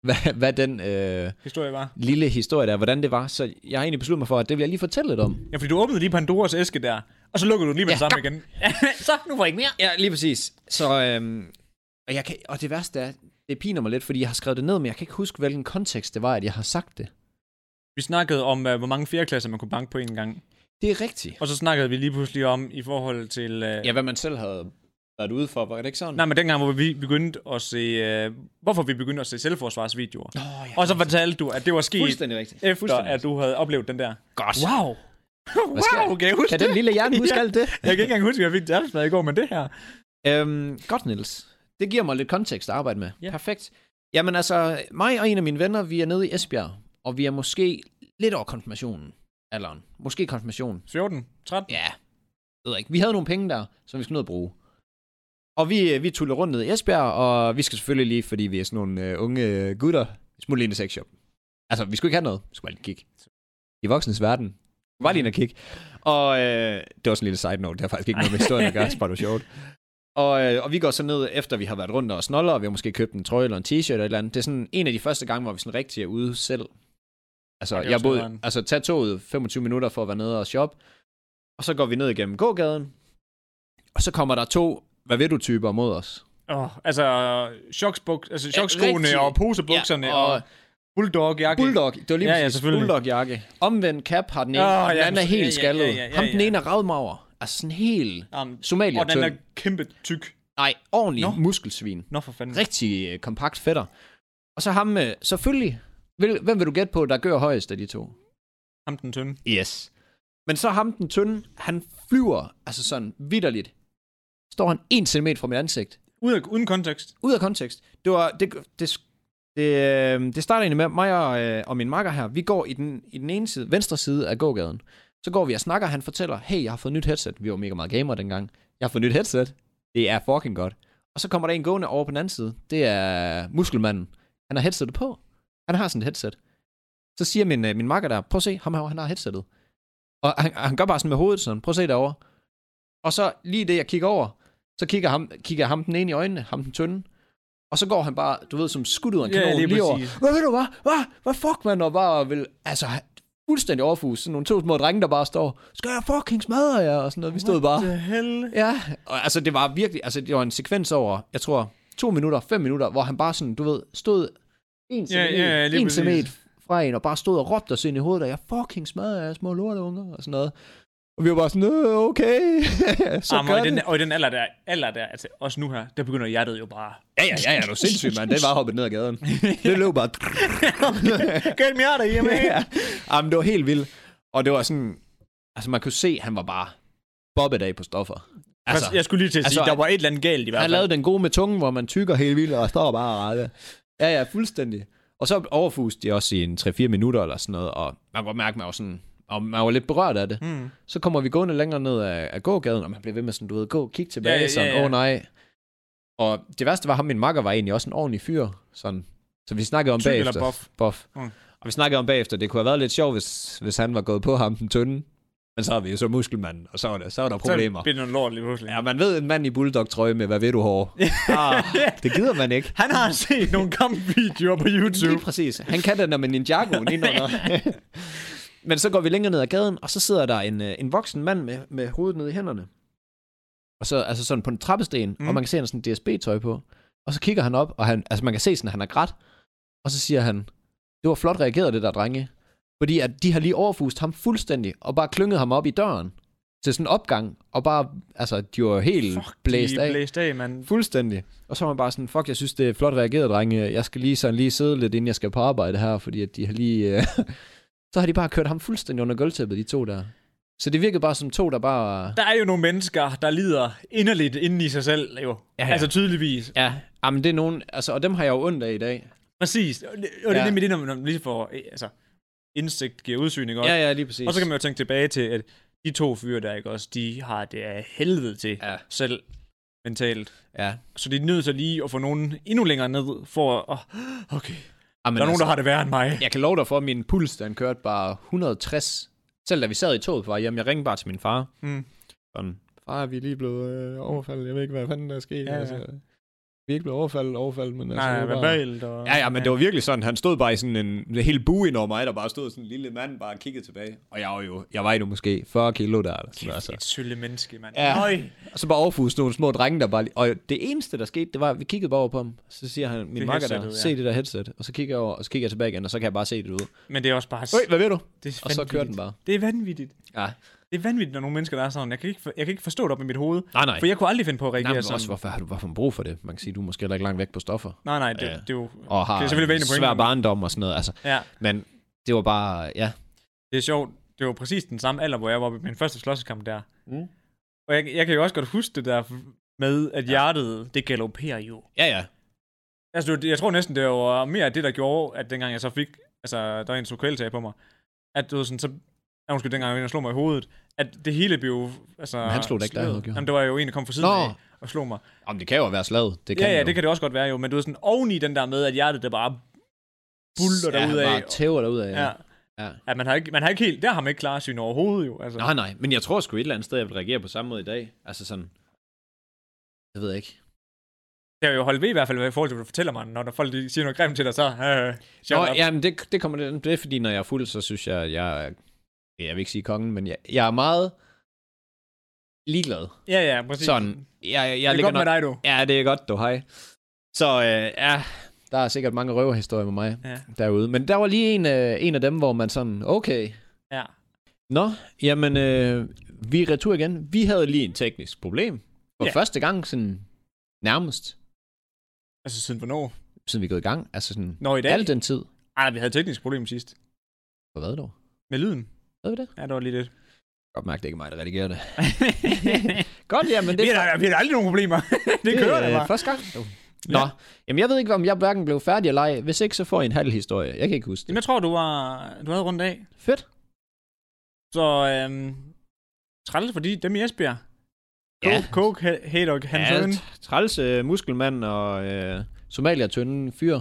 hvad, hvad den øh, Historie bare. lille historie der, hvordan det var. Så jeg har egentlig besluttet mig for, at det vil jeg lige fortælle lidt om. Ja, fordi du åbnede lige Pandoras æske der, og så lukkede du den lige med Ja. det samme igen. så, nu får jeg ikke mere. Ja, lige præcis. Så, øhm, og, jeg kan, og det værste er, det piner mig lidt, fordi jeg har skrevet det ned, men jeg kan ikke huske, hvilken kontekst det var, at jeg har sagt det. Vi snakkede om, øh, hvor mange fjerdeklasser man kunne banke på en gang. Det er rigtigt. Og så snakkede vi lige pludselig om, i forhold til... Øh, Ja, hvad man selv havde været ude for, var det ikke sådan? Nej, men dengang, hvor vi begyndte at se... Øh, hvorfor vi begyndte at se selvforsvarsvideoer. Nå, ja, Og så fortalte du, at det var sket fuldstændig rigtigt. efter, Fuldstændig at du havde oplevet den der. Godt. Wow! Hvad skal- wow, kan jeg huske Kan den det? lille hjerne huske Ja. alt det? Jeg kan ikke engang huske, at jeg fik det i går, men det her... Øhm, godt, Niels. Det giver mig lidt kontekst at arbejde med. Ja. Perfekt. Jamen altså, mig og en af mine venner, vi er nede i Esbjerg, og vi er måske lidt over konfirmationen. Alderen. Måske konfirmationen. 14, 13. Ja, ved jeg ikke. Vi havde nogle penge der, som vi skulle ned og bruge. Og vi, øh, vi tuller rundt ned i Esbjerg, og vi skal selvfølgelig lige, fordi vi er sådan nogle øh, unge øh, gutter, smutte lige ind i sexshop. Altså, vi skulle ikke have noget. Vi skulle bare lige kigge. I voksnes verden. Vi var lige ind og kigge. Og øh, det var sådan en lille side note. Det har faktisk ikke noget med historien at gøre. Det er bare det var sjovt. Og, øh, og vi går så ned, efter vi har været rundt og snoller, og vi har måske købt en trøje eller en t-shirt eller et eller andet. Det er sådan en af de første gange, hvor vi sådan rigtig er ude selv. Altså, Og det er jeg også boede, nederen. altså tag toget 25 minutter for at være nede og shoppe. Og så går vi ned igennem gågaden. Og så kommer der to, hvad ved du, typer mod os. Oh, altså, choksbuk, altså chokskoene rigtig- og posebukserne Ja, ja, og- og, og bulldog-jakke. Bulldog, det var lige Ja, ja, præcis selvfølgelig. bulldog-jakke. Omvendt cap har den ene, Åh, oh, ja, den anden er ja, helt ja, ja, skaldet. ja, ja, ja, Ham den ja. ene er radmager. Altså sådan helt Um, somalier og den er kæmpe tyk. Nej, ordentlig no. Nå. muskelsvin. Nå for fanden. Rigtig øh, kompakt fætter. Og så ham, øh, selvfølgelig. Hvil, hvem vil du gætte på, der gør højest af de to? Ham den tynde. Yes. Men så ham, den tynde, han flyver, altså sådan vidderligt. Står han en centimeter fra mit ansigt. Ud af, uden kontekst. Ud af kontekst. Det var, det, det, det, øh, det starter egentlig med, at mig og, øh, og min makker her, vi går i den, i den ene side, venstre side af gågaden. Så går vi og snakker, han fortæller, hey, jeg har fået nyt headset. Vi var mega meget gamere dengang. Jeg har fået nyt headset. Det er fucking godt. Og så kommer der en gående over på den anden side. Det er muskelmanden. Han har headsetet på. Han har sådan et headset. Så siger min, øh, min makker der, prøv at se, ham her, han har headsettet. Og han, han gør bare sådan med hovedet sådan, prøv at se derovre. Og så lige det, jeg kigger over, så kigger, ham, kigger ham den ene i øjnene, ham den tynde. Og så går han bare, du ved, som skudt ud af en Ja, kanon lige lige, lige over. præcis. Hvad ved du, hvad? Hvad? Hvad fuck, man? Og bare vil, altså, fuldstændig overfus. Sådan nogle to små drenge, der bare står, skal jeg fucking smadre jer? Og sådan noget. Vi stod bare. What the hell? Ja, og altså det var virkelig, altså det var en sekvens over, jeg tror, to minutter, fem minutter, hvor han bare sådan, du ved, stod en Ja, centimeter, ja, lige en præcis. centimeter fra en, og bare stod og råbte os ind i hovedet, og jeg fucking smadrer jer, små lorteunger, og sådan noget. Og vi var bare sådan, "Øh, okay, så Jamen, gør og, i det. den, og i den alder der, alder der, altså også nu her, der begynder hjertet jo bare... Ja, ja, ja, ja, du er sindssyg, mand. Det var hoppet ned ad gaden. Det løb bare. Gør et hjerte hjemme. ja. Jamen, det var helt vildt. Og det var sådan, altså man kunne se, han var bare bobbet af på stoffer. Altså, jeg skulle lige til at sige, altså, altså, der var et eller andet galt i hvert Han fald. lavede den gode med tungen, hvor man tykker helt vildt og står bare og rakker. Ja, ja, fuldstændig. Og så overfuste de også i en 3-4 minutter eller sådan noget, og man kunne godt mærke, at man var, sådan, og man var lidt berørt af det. Mm. Så kommer vi gående længere ned af, af gågaden, og man bliver ved med sådan, du ved, gå, kig tilbage, Ja, ja, ja, sådan, åh ja. oh, nej. Og det værste var, at ham min makker var egentlig også en ordentlig fyr, sådan. Så vi snakkede om Tyk eller bagefter. buff? buff. Mm. Og vi snakkede om bagefter, det kunne have været lidt sjovt, hvis, hvis han var gået på ham, den tynde. Men så er vi jo så muskelmanden, og så var der, så var der problemer. Så blev det noget lort lige pludselig. Ja, man ved en mand i bulldog-trøje med, hvad ved du, hår? ah, det gider man ikke. Han har set nogle kampvideoer på Lige YouTube. præcis. Han kan den der med Ninjagoen indenunder. Men så går vi længere ned ad gaden, og så sidder der en, øh, en voksen mand med, med hovedet nede i hænderne. Og så altså sådan på en trappesten, mm. Mm. og man kan se, at han har sådan en DSB-tøj på. Og så kigger han op, og han, altså man kan se, sådan, at han er grædt. Og så siger han, det var flot reageret, det der drenge. Fordi at de har lige overfust ham fuldstændig, og bare klynget ham op i døren til sådan en opgang, og bare, altså, de var helt Fuck, blæst de af. Blæst af, mand. Fuldstændig. Og så var man bare sådan, fuck, jeg synes, det er flot reageret, drenge. Jeg skal lige sådan lige sidde lidt, inden jeg skal på arbejde her, fordi at de har lige... Øh... så har de bare kørt ham fuldstændig under gulvtæppet, de to der. Så det virkede bare som to, der bare... Der er jo nogle mennesker, der lider inderligt inden i sig selv, Ja, jo. Ja, ja. ja. Altså tydeligvis. Ja, jamen det er nogen... Altså, og dem har jeg jo ondt af i dag. Præcis. Og det, og det Ja. er nemlig det, når man, når man lige får eh, altså, indsigt, giver udsyn, ikke også? Ja, ja, lige præcis. Og så kan man jo tænke tilbage til, at de to fyre der, ikke også, de har det af helvede til Ja. ja. selv mentalt. Ja. Så de er nødt til lige at få nogen endnu længere ned, for at, "Åh, okay, Jamen, der er nogen, der har det værre end mig. Ah, altså, Jeg kan love dig for, at min puls, den kørte bare 160. Selv da vi sad i toget på vej hjem, jeg ringede bare til min far. Mm. Sådan, far, vi er lige blevet øh, overfaldet. Jeg ved ikke, hvad fanden der er sket. Altså, Ja, ja. vi er ikke blevet overfaldet, overfaldet, men Nej, det nej, var bare- verbalt og... altså, Ja, ja, men det var virkelig sådan, han stod bare i sådan en, en hel bue ind over mig, der bare stod sådan en lille mand, bare kiggede tilbage. Og jeg var jo, jeg var jo måske 40 kilo der, eller sådan noget, Kæft, altså. et sølle menneske, mand. Ja. Nøj. Og så bare overfuste nogle små drenge, der bare lige, Og det eneste, der skete, det var, at vi kiggede bare over på ham. Så siger han, min Det makker der, headsetet, ja. se det der headset. Og så kigger jeg over, og så kigger jeg tilbage igen, og så kan jeg bare se det ud. Men det er også bare... Øj, hvad ved du? Det er og så kører den bare. Det er vanvittigt. Ja. Det er vanvittigt, når nogle mennesker, der er sådan. Jeg kan ikke, for, jeg kan ikke forstå det op i mit hoved. Nej, nej. For jeg kunne aldrig finde på at reagere Nej, men sådan. også, hvorfor har du hvorfor har man brug for det? Man kan sige, du er måske heller ikke langt væk på stoffer, Nej, nej, det, Ja. det er jo... og har Det er selvfølgelig en væsentligt point, svær men- barndom og sådan noget. Altså, Ja, men det var bare, ja. det er sjovt. Det var præcis den samme alder, hvor jeg var oppe i min første slåskamp der. Mm. Og jeg, jeg kan jo også godt huske det der med, at hjertet, det galopperer jo. Ja, ja. Altså, det var- jeg tror næsten, det var mere det, der gjorde, at dengang jeg så fik... Altså, der var en sukkertag på mig. At du ved, sådan, så... Ja, undskyld, dengang jeg var inde og slog mig i hovedet. At det hele blev... Altså, Men han slog dig ikke, da jeg havde gjort. Jamen, det var jo en, der kom fra siden Nå. af og slog mig. Jamen, det kan jo være slaget. Det kan ja, ja, jo. det kan det også godt være jo. Men du ved sådan, oveni den der med, at hjertet, der bare buller ja, derudad. bare tæver derudad. Ja. Ja. ja. ja. At man har ikke, man har ikke helt, der har man ikke klarsyn overhovedet jo. Altså. Nej, nej. Men jeg tror sgu et eller andet sted, jeg vil reagere på samme måde i dag. Altså sådan... Jeg ved ikke. Det har jo holdt ved i hvert fald, hvad i forhold til, hvad du fortæller mig, når der folk de siger noget grimt til dig, så... Øh, shut Nå, up. jamen, det, det kommer lidt an på det, fordi når jeg er fuld, så synes jeg, at jeg er... Jeg vil ikke sige kongen, men jeg, jeg er meget ligeglad. ja, ja, præcis. Sådan, jeg, jeg, jeg det er ligger godt nok... med dig, du. Ja, det er godt, du hej. Så øh, ja, der er sikkert mange røverhistorier med mig Ja. derude. Men der var lige en, øh, en af dem, hvor man sådan, okay, Ja. Nå, jamen, øh, vi er retur igen. Vi havde lige en teknisk problem. For Ja. yeah. første gang, sådan nærmest, Altså siden hvornår? siden vi er gået i gang. Altså sådan, Nå, i dag? al den tid. Ej, vi havde et teknisk problem sidst. Hvor hvad dog? Med lyden. Ved vi det? Ja, det var lige det. Godt mærke, det er ikke mig, der redigerer det. Godt, jamen, det vi, har, da- vi har da aldrig nogen problemer. det, det kører da øh, bare. Første gang. Nå, Ja. jamen jeg ved ikke, om jeg hverken blev færdig eller ej. Hvis ikke, så får I en halv historie. Jeg kan ikke huske det. Jamen, jeg tror, du var du havde rundt af. Fedt. Så øhm, træls, fordi dem i Esbjerg. Ja. Coke, Coke Ha- Haddock, Hans Øen. t- træls øh, muskelmand og øh, somalia-tynde fyr.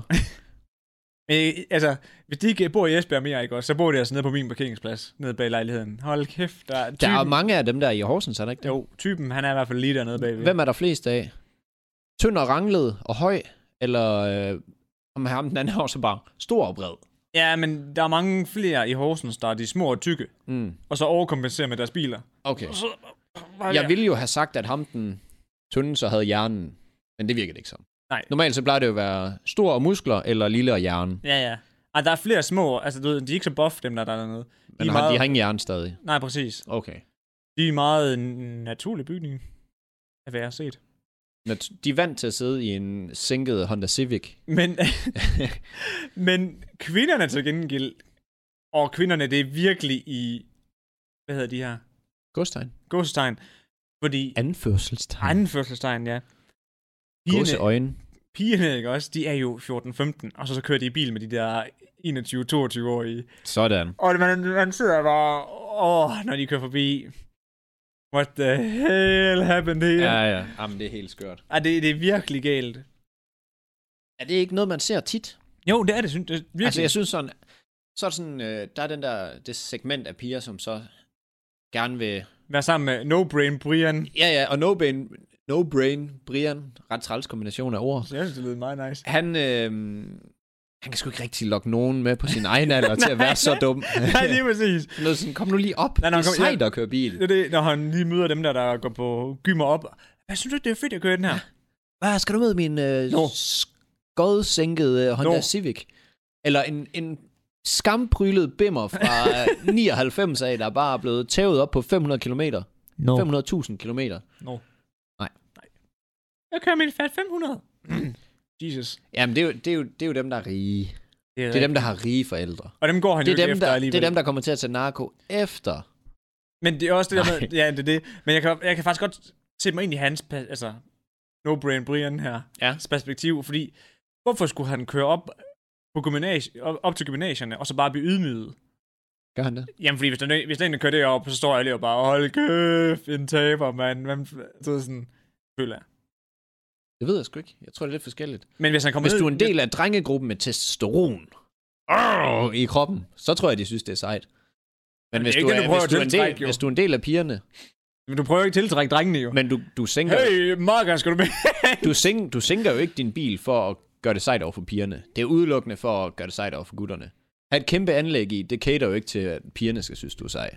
Øh, altså, hvis de ikke bor i Esbjerg mere, ikke også, så bor de altså nede på min parkeringsplads, nede bag lejligheden. Hold kæft, der er typen, Der er mange af dem der i Horsens, er der ikke det? jo, typen, han er i hvert fald lige dernede bagved. Hvem er der flest af? Tynd og ranglet og høj, eller øh, om ham den anden er også bare stor og bred? Ja, men der er mange flere i Horsens, der er de små og tykke, Mm. og så overkompenserer med deres biler. Okay. Og så, Jeg ville jo have sagt, at ham den tynde så havde hjernen, men det virkede det ikke sådan. Nej. Normalt så plejer det jo at være stor og muskler, eller lille og hjerne. Ja, ja. Ej, der er flere små, altså du ved, de er ikke så buff, dem der er dernede. De Men er han, meget, de har ingen hjerne stadig. Nej, præcis. Okay. De er meget en naturlig bygning, af hvad jeg har set. Nat- De er vant til at sidde i en sænket Honda Civic. Men, men kvinderne til gengæld, og kvinderne, det er virkelig i, hvad hedder de her? Godstegn. Gåsetegn. Fordi Anførselstegn. anførselstegn, ja. Pigerne, Gåseøjne. pigerne, ikke også, de er jo 14-15, og så, så kører de i bil med de der 21-22-årige. Sådan. Og man, man sidder bare, åh, når de kører forbi. What the hell happened here? Ja. ja. Jamen, det er helt skørt. Ej, det, det er virkelig galt. Er det ikke noget, man ser tit? Jo, det er det, synes det er virkelig. Altså, jeg synes sådan, så er det sådan, øh, der er den der, det segment af piger, som så gerne vil... Vær sammen med No Brain Brian. Ja, ja, og no brain, no brain Brian, ret træls kombination af ord. Så jeg synes, det lyder meget nice. Han, øh, han kan sgu ikke rigtig lokke nogen med på sin egen alder til at være så dum. Nej, lige præcis. Noget sådan, kom nu lige op. Nej, Nej, nej, nej, det er kom- sejt at køre bil. Det er det, når han lige møder dem der, der går på gymmer op. Hvad synes du, det er fedt at køre i den her? Hvad, skal du med min øh, Nå. skodsænkede øh, Honda Nå. Civic? Eller en, en skamprylet bimmer fra øh, 99 af, der bare er blevet tævet op på 500 kilometer. No. 500.000 kilometer. No. Nej. Nej. Jeg kører min Fiat 500. Jesus. Jamen, det er, jo, det, er jo, det er jo dem, der er rige. er, Det er dem, der har rige forældre. Og dem går han Det jo er ikke dem, efter der, det alligevel. er dem, der kommer til at tage narko efter. Men det er også det der Nej. med, ja, det er det. Men jeg kan, jeg kan faktisk godt se mig ind i hans, pa- altså, no brain Brian her, Ja. perspektiv, fordi hvorfor skulle han køre op på gymnasie, op, op til gymnasierne, og så bare blive ydmyget? Gør han det? Jamen, fordi hvis den, hvis den ene kører derop, så står jeg lige og bare, hold kæft, en taber, mand. Hvem, så sådan, føler jeg. Det ved jeg sgu ikke. Jeg tror, det er lidt forskelligt. Men hvis han kommer Hvis ned, du er en del af drengegruppen med testosteron arr, i kroppen, så tror jeg, de synes, det er sejt. Men det hvis er du, ikke er, det, du prøver hvis, at du er en del, tiltrække, jo. hvis du er en del af pigerne, Men du prøver ikke at tiltrække drengene jo. Men, men du, du, sænker, hey. hey, Marker, skal du med? du, sænker, du sænker jo ikke din bil for at gøre det sejt over for pigerne. Det er udelukkende for at gøre det sejt over for gutterne. Have et kæmpe anlæg i, det cater jo ikke til, at pigerne skal synes, du er sej. Nej.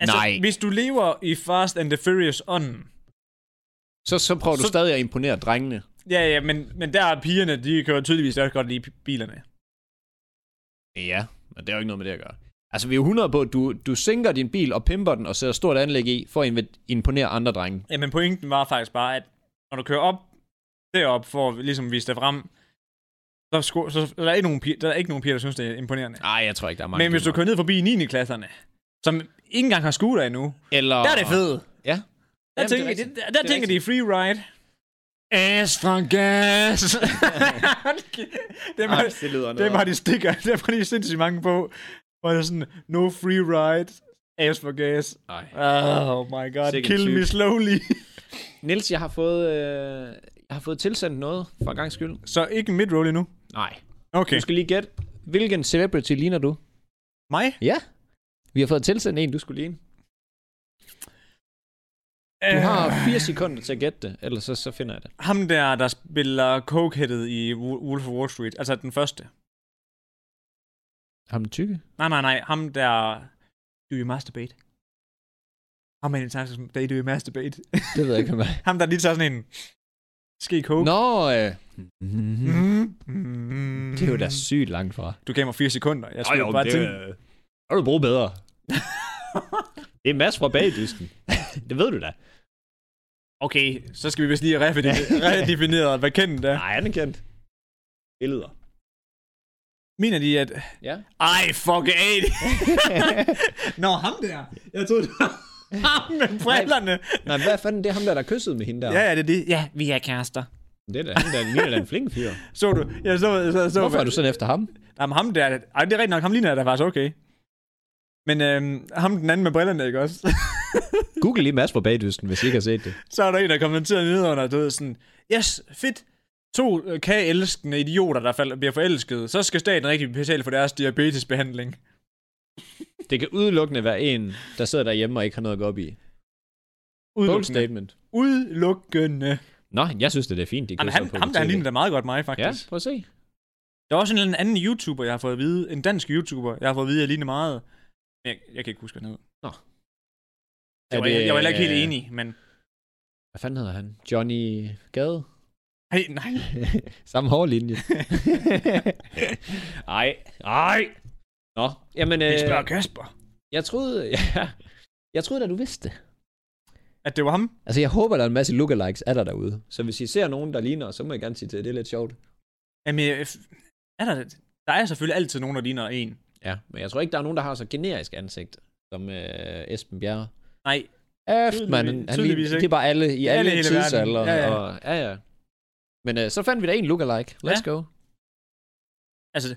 Altså, Hvis du lever i Fast and the Furious ånden, Så, så prøver du Så- stadig at imponere drengene. Ja, ja, men, men der er pigerne, de kan jo tydeligvis også godt lide pi- bilerne. Ja, Men det er jo ikke noget med det at gøre. Altså, vi er jo 100 på, at du, du sænker din bil og pimper den og sætter stort anlæg i, for at inv- imponere andre drenge. Jamen pointen var faktisk bare, at når du kører op derop for at ligesom vise dig frem, så, sko- så der er ikke nogen piger, der er ikke nogen piger, der synes, det er imponerende. Ah, Nej, jeg tror ikke, der er mange. Men hvis du kvinder. kører ned forbi 9. klasserne, som ikke engang har scooter endnu, Eller... der er det fedt. Ja. Der Jamen, tænker, det er det rigtigt. der, Det der er tænker de free ride. Ass fra gas. det, var, Ej, Ah, det lyder det noget. var de stikker. Det var de sindssygt mange på. Hvor det er sådan, no free ride. Ass for gas. Nej. Oh my god, Sikke en kill me type. slowly. Niels, jeg har fået, øh, jeg har fået tilsendt noget, for en gang skyld. Så ikke en midroll endnu. Nej. Okay. Du skal lige gætte, hvilken celebrity ligner du? Mig? Ja. Vi har fået tilsendt en, du skulle ligne. Du Øh. har 4 sekunder til at gætte det, ellers så, så finder jeg det. Ham der, der spiller cokeheadet i Wo- Wolf of Wall Street. Altså den første. Ham den tykke? Nej, nej, nej. Ham der... Do you masturbate? Ham med en tak, som they do you masturbate. Det ved jeg ikke, hvad Ham der lige tager sådan en... Ske coke. Nå, øh. Mm. Mm. det er jo da sygt langt fra. Du gav mig fire sekunder. Jeg skulle bare tænke... har du brugt bedre. det er Mads fra bagdysken. det ved du da. Okay, så skal vi vist lige have refedi- redefineret, hvad kendt er. Nej, anerkendt. Billeder. Mener de, at... Ja. Ej, fuck af det. Nå, ham der. Jeg troede, det var ham med brillerne. Nej, hvad fanden, det er ham der, der kyssede med hende der. Ja, ja, det er det. Ja, vi er kærester. Det er da ham der, ligner da en flink fyr. Så du? Jeg så, så, så, Hvorfor er du sådan efter ham? Jamen, ham der... Ej, det er rigtigt nok. Ham ligner der faktisk okay. Men øhm, ham den anden med brillerne, ikke også? Google lige Mads fra bagdysten, hvis I ikke har set det. så er der en, der kommenterede nedenunder, du ved sådan, yes, fedt, to øh, kageelskende idioter, der falder, bliver forelskede, så skal staten rigtig betale for deres diabetesbehandling. Det kan udelukkende være en, der sidder derhjemme og ikke har noget at gå op i. Bold Udelukkende. statement. Udelukkende. Nå, jeg synes, det er fint. De Jamen, kysser han, på ham der, han biblioteket. ligner da meget godt mig, Ja, faktisk. Ja. prøv at se. Der er også en eller anden YouTuber, jeg har fået at vide, en dansk YouTuber, jeg har fået at vide, jeg ligner meget. Men jeg, jeg kan ikke huske, hvad han hed. Jeg, var, jeg, jeg var heller ikke helt øh, enig, men... Hvad fanden hedder han? Johnny Gade? Hey, nej, Samme hårlinje. Ej, ej. Nå, jamen, vi øh, spørger Kasper. jeg troede, ja, jeg troede, at du vidste det. At det var ham? Altså, jeg håber, der er en masse lookalikes af dig derude. Så hvis I ser nogen, der ligner, så må jeg gerne sige til, jer, det er lidt sjovt. Jamen, jeg, er der, der er selvfølgelig altid nogen, der ligner en. Ja, men jeg tror ikke, der er nogen, der har så generisk ansigt, som øh, Esben Bjerre. Nej, Æft, man, han, Tydeligvis- han tydeligvis ligner- ikke. det er bare alle i er alle det i hele verden. tidsalder. Ja, ja. Og, ja, ja. Men øh, så fandt vi da en lookalike. Let's go. altså,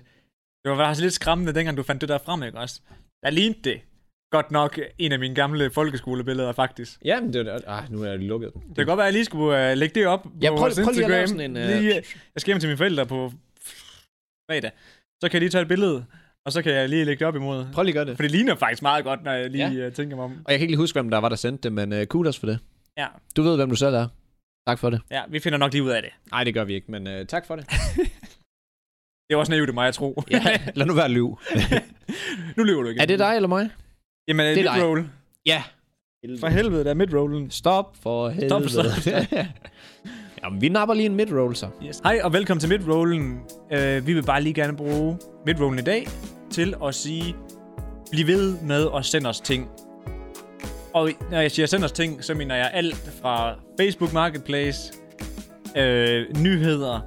det var faktisk lidt skræmmende, dengang du fandt det der frem, ikke også? Der lignede det godt nok en af mine gamle folkeskolebilleder, faktisk. Jamen, det var... Ah, nu er det lukket. Det kan godt være, at jeg lige skulle uh, lægge det op på Ja, prøv- vores prøv lige at lave Instagram. sådan en, øh, Lige, øh, jeg skal hjem til mine forældre på fredag. Så kan jeg lige tage et billede, og så kan jeg lige lægge det op imod. Prøv lige at gøre det. For det ligner faktisk meget godt, når jeg lige ja. tænker mig om. Og jeg kan ikke lige huske, hvem der var, der sendte det, men øh, kudos for det. Ja. Du ved, hvem du selv er. Tak for det. Ja, vi finder nok lige ud af det. Nej, det gør vi ikke, men øh, tak for det. Det var også naivt af mig, jeg tror. Ja, lad nu være løv. nu løber du ikke. er det dig eller mig? Jamen, det Det er er dig. midroll. Ja. For helvede, der er midrollen. Stop for helvede. stop, Jamen, vi napper lige en midroll så. Yes. Hej og velkommen til Midrollen. Uh, vi vil bare lige gerne bruge Midrollen i dag til at sige, bliv ved med at sende os ting. Og når jeg siger send os ting, så mener jeg alt fra Facebook Marketplace, øh, nyheder,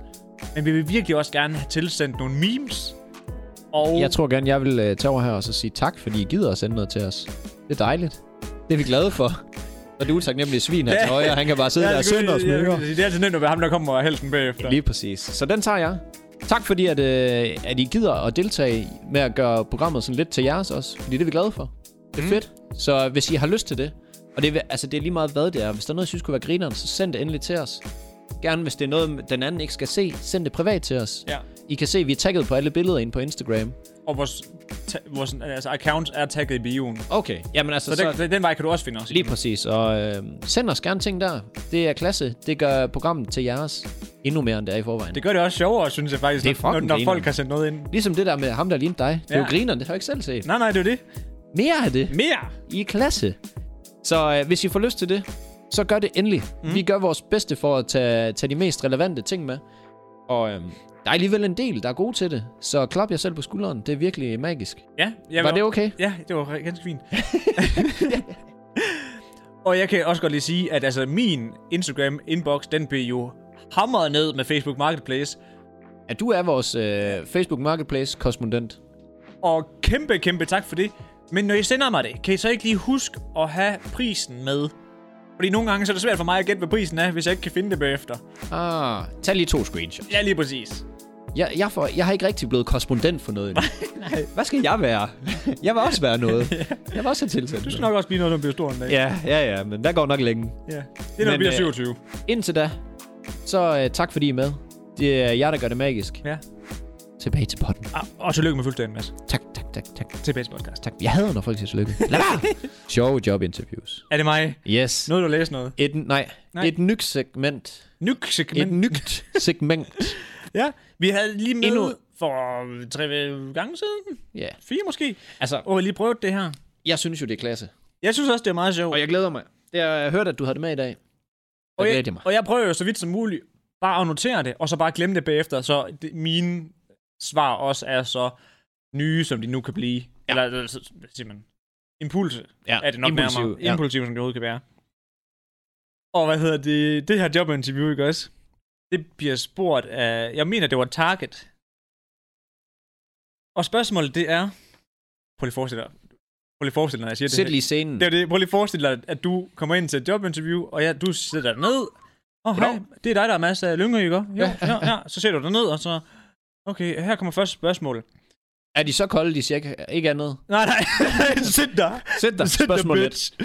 men vi vil virkelig også gerne have tilsendt nogle memes. Og Jeg tror gerne, jeg vil øh, tage over her og så sige tak, fordi I gider at sende noget til os. Det er dejligt. Det er vi glade for. Og det utaknemmelige svin her til højre, han kan bare sidde Ja, der og det skulle sende os jeg- jeg- smykker. Det er altid nemt at være ham, der kommer og hælder den bagefter. Lige præcis. Så den tager jeg. Tak fordi, at, øh, at I gider at deltage med at gøre programmet sådan lidt til jeres også. Fordi det er vi glade for. Det Mhm. er mm. fedt. Så hvis I har lyst til det, og det er, altså, det er lige meget hvad det er. Hvis der er noget, I synes kunne være grineren, så send det endelig til os. Gerne hvis det er noget, den anden ikke skal se, send det privat til os. Ja. I kan se, at vi er tagget på alle billeder inde på Instagram. Og vores, ta- vores altså, account er tagget i bioen. Så, Okay. Jamen altså, så, den, den vej kan du også finde os. Lige præcis, og øh, send os gerne ting der. Det er klasse. Det gør programmet til jeres endnu mere, end det er i forvejen. Det... Det gør det også sjovere, synes jeg faktisk, Det er når, fucking når folk grineren. har sendt noget ind. Ligesom det der med ham, der lignede dig. Det er Ja. jo grineren, det har jeg ikke selv set. Nej, nej, det er jo det. Mere af det. Mere! I er klasse. Så øh, hvis I får lyst til det, så gør det endelig. Mm. Vi gør vores bedste for at tage, tage de mest relevante ting med. Og øh, Der er alligevel en del, der er gode til det. Så klap jer selv på skulderen. Det er virkelig magisk. Ja, jeg Jamen, var det okay? Ja, det var ganske fint. og jeg kan også godt lige sige, at altså min Instagram-inbox, den blev jo hamret ned med Facebook Marketplace. At du er vores øh, Facebook Marketplace-korrespondent. Og kæmpe, kæmpe tak for det. Men når I sender mig det, kan I så ikke lige huske at have prisen med? Fordi nogle gange så er det svært for mig at gætte, hvad prisen er, hvis jeg ikke kan finde det bagefter. Ah, tag lige to screenshots. Ja, lige præcis. Jeg, jeg, får, jeg har ikke rigtig blevet korrespondent for noget endnu. Nej. Hvad skal jeg være? Jeg vil også være noget. Jeg vil også have tilsendt. Du skal nok også blive noget, når du bliver stor en dag. Ja, ja, ja, men der går nok længe. ja. Det er, når Men, du bliver øh, 27. Indtil da, så øh, tak fordi I er med. Det er jer, der gør det magisk. Ja. Tilbage til potten. Ah, Og tillykke med fødselsdagen, Mads. Tak, tak, tak, tak, Tilbage til podcast. tak. Jeg hader, når folk siger tillykke. Lad være! Sjove jobinterviews. Er det mig? Yes. Nåede du at læse noget? Et, nej, Nej. nej, et nyt segment. Nyk Et segment. nyt segment. Ja, vi havde lige med Endnu- for tre gange siden. Ja. Fire måske. Altså, Og vi lige prøvet det her. jeg synes jo, det er klasse. Jeg synes også, det er meget sjovt. Og jeg glæder mig. Det har jeg hørt, at du havde det med i dag. og, Jeg glæder jeg, jeg mig. og jeg prøver jo så vidt som muligt bare at notere det, og så bare glemme det bagefter, så det, mine svar også er så nye, som de nu kan blive. Ja. Eller, eller så- hvad siger man? Impulse Ja, er det nok impulsiv, nærmere. ja. Impulsiv, som det overhovedet kan være. Og hvad hedder det? Det her jobinterview, ikke også? Det bliver spurgt af... Jeg mener, det var Target. Og spørgsmålet, det er... Prøv lige at forestille dig. Prøv lige at forestille dig, når jeg siger det. Sæt lige scenen. Det er det. Prøv lige at forestille dig, at du kommer ind til et jobinterview, og ja, du sidder ned. Åh, oh, hej, Goddag. det er dig, der er masser af lynger, ikke? Jo, ja, ja. Så sidder du derned, og så... Okay, her kommer første spørgsmål. Er de så kolde, de siger ikke, ikke andet? Nej, nej, sit der. Sæt dig. Sit der, Spørgsmål lidt. bitch.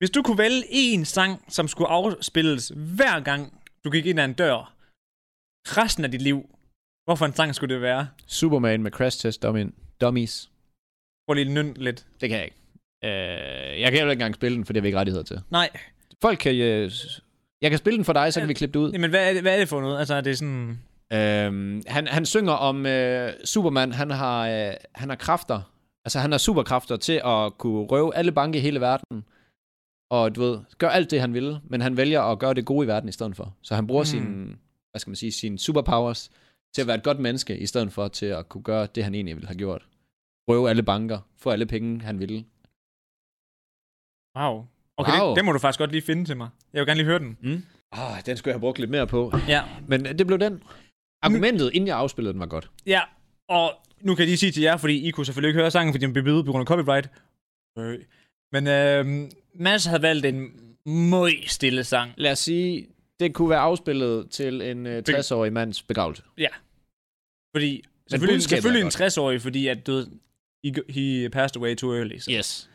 Hvis du kunne vælge én sang, som skulle afspilles hver gang, du gik ind ad en dør, resten af dit liv, hvorfor en sang skulle det være? Superman med Crash Test Dummin- Dummies. Prøv lige at nynne lidt. Det kan jeg ikke. Øh, jeg kan heller ikke engang spille den, for det har vi ikke rettigheder til. Nej, Folk kan... Øh, s- jeg kan spille den for dig, så kan vi klippe det ud. men hvad er det, hvad er det for noget? Altså, er det sådan... Øhm, han, han synger om øh, Superman, han har, øh, han har kræfter. Altså, han har superkræfter til at kunne røve alle banke i hele verden. Og du ved, gør alt det, han vil, men han vælger at gøre det gode i verden i stedet for. Så han bruger Mm. mm. sine, hvad skal man sige, sine superpowers til at være et godt menneske, i stedet for til at kunne gøre det, han egentlig ville have gjort. Røve alle banker, få alle penge, han ville. Wow. Okay, wow. Wow. Det, den må du faktisk godt lige finde til mig. Jeg vil gerne lige høre den. Åh, oh, den skulle jeg have brugt lidt mere på. Ja. Men øh, det blev den. Argumentet, inden jeg afspillede den, var godt. Ja, og nu kan jeg lige sige til jer, fordi I kunne selvfølgelig ikke høre sangen, fordi den blev bidet på grund af copyright. Øh. Men øh, Mads havde valgt en møj stille sang. Lad os sige, det kunne være afspillet til en øh, 60-årig mands begravelse. Fordi selvfølgelig, budskabet er selvfølgelig en godt. 60-årig, fordi at du ved, he, go- he passed away too early. Så. Yes.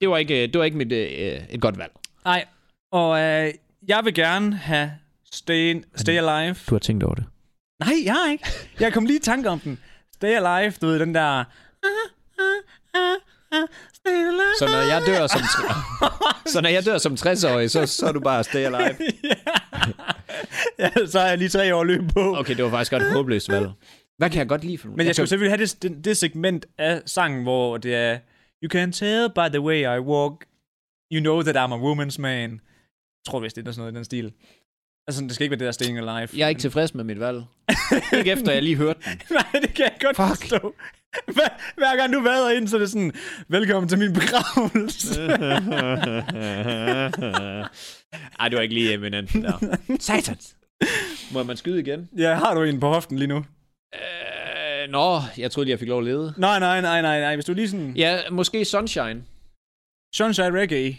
Det var ikke, øh, det var ikke mit, øh, et godt valg. Nej, og øh, jeg vil gerne have Stay, stay Alive. Du har tænkt over det. Nej, jeg har ikke. Jeg kom lige i tanke om den. Stay Alive, du ved, den der... Stay alive. Så når jeg dør som, så når jeg dør som 60-årig, så, så er du bare stay alive. ja, så har jeg lige tre år løb på. Okay. Okay, det var faktisk godt et håbløst valg. Hvad kan jeg godt lide for nogen? Men jeg skulle selvfølgelig have det, det, det segment af sangen, hvor det er... You can tell by the way I walk, you know that I'm a woman's man. Jeg tror vist, det er sådan noget i den stil. Altså, det skal ikke være det der Staying Alive. jeg er ikke tilfreds med mit valg. Ikke efter jeg lige hørte den. Nej, det kan jeg godt Fuck. Fuck. forstå. Hver, hver gang du vader ind, så er det sådan, velkommen til min begravelse. Ej, det var ikke lige eminent. No. Satans. Må man skyde igen? ja, har du en på hoften lige nu? Øh, nå, jeg troede lige, jeg fik lov at lede. Nej, nej, nej, nej, nej. Hvis du lige sådan... Ja, måske Sunshine. Sunshine Reggae,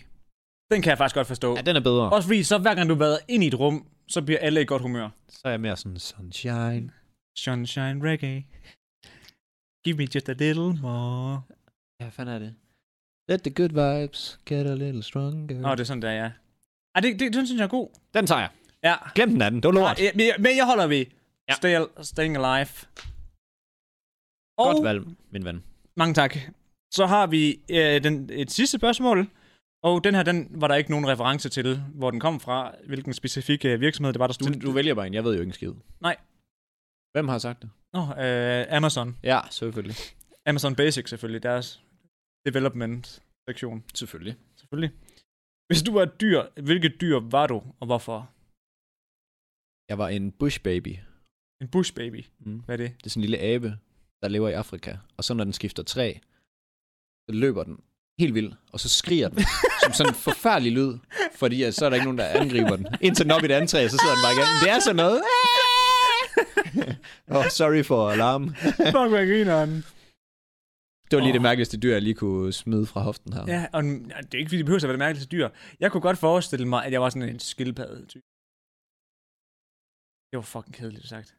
den kan jeg faktisk godt forstå. Ja, den er bedre. Også fordi, så hver gang du vader ind i et rum, så bliver alle i godt humør. Så er jeg mere sådan, sunshine. Sunshine Reggae. Give me just a little more. Ja, hvad fanden er det? Let the good vibes get a little stronger. Nå, det er sådan der, ja. Ej, det, det, den synes jeg er god. Den tager jeg. Ja. Glem den anden, det var Ej, men, jeg, men jeg holder ved. Ja. Ja. Stay, al- staying Alive. Og Godt valg, min ven. mange tak. Så har vi øh, den, et sidste spørgsmål. Og den her, den var der ikke nogen reference til, hvor den kom fra, hvilken specifik øh, virksomhed det var, der Du, stod. du vælger bare en, jeg ved jo ikke en skid. Nej. Hvem har sagt det? Nå, øh, Amazon. Ja, selvfølgelig. Amazon Basic selvfølgelig, deres development-sektion, Selvfølgelig. selvfølgelig. Hvis du var et dyr, hvilket dyr var du, og hvorfor? Jeg var en bush baby. En bush baby. Mm. Hvad er det? Det er sådan en lille abe, der lever i Afrika. Og så når den skifter træ, så løber den helt vildt, og så skriger den som sådan en forfærdelig lyd, fordi at så er der ikke nogen, der angriber den. Indtil den er oppe i et andet træ, så sidder den bare igen. Det er sådan noget. Åh, oh, sorry for alarm. Fuck, hvad griner den? Det var lige oh. det Åh. mærkeligste dyr, jeg lige kunne smide fra hoften her. Ja, og den- nej, det er ikke, fordi det behøver at være det mærkeligste dyr. Jeg kunne godt forestille mig, at jeg var sådan en skildpadde type. Det var fucking kedeligt sagt.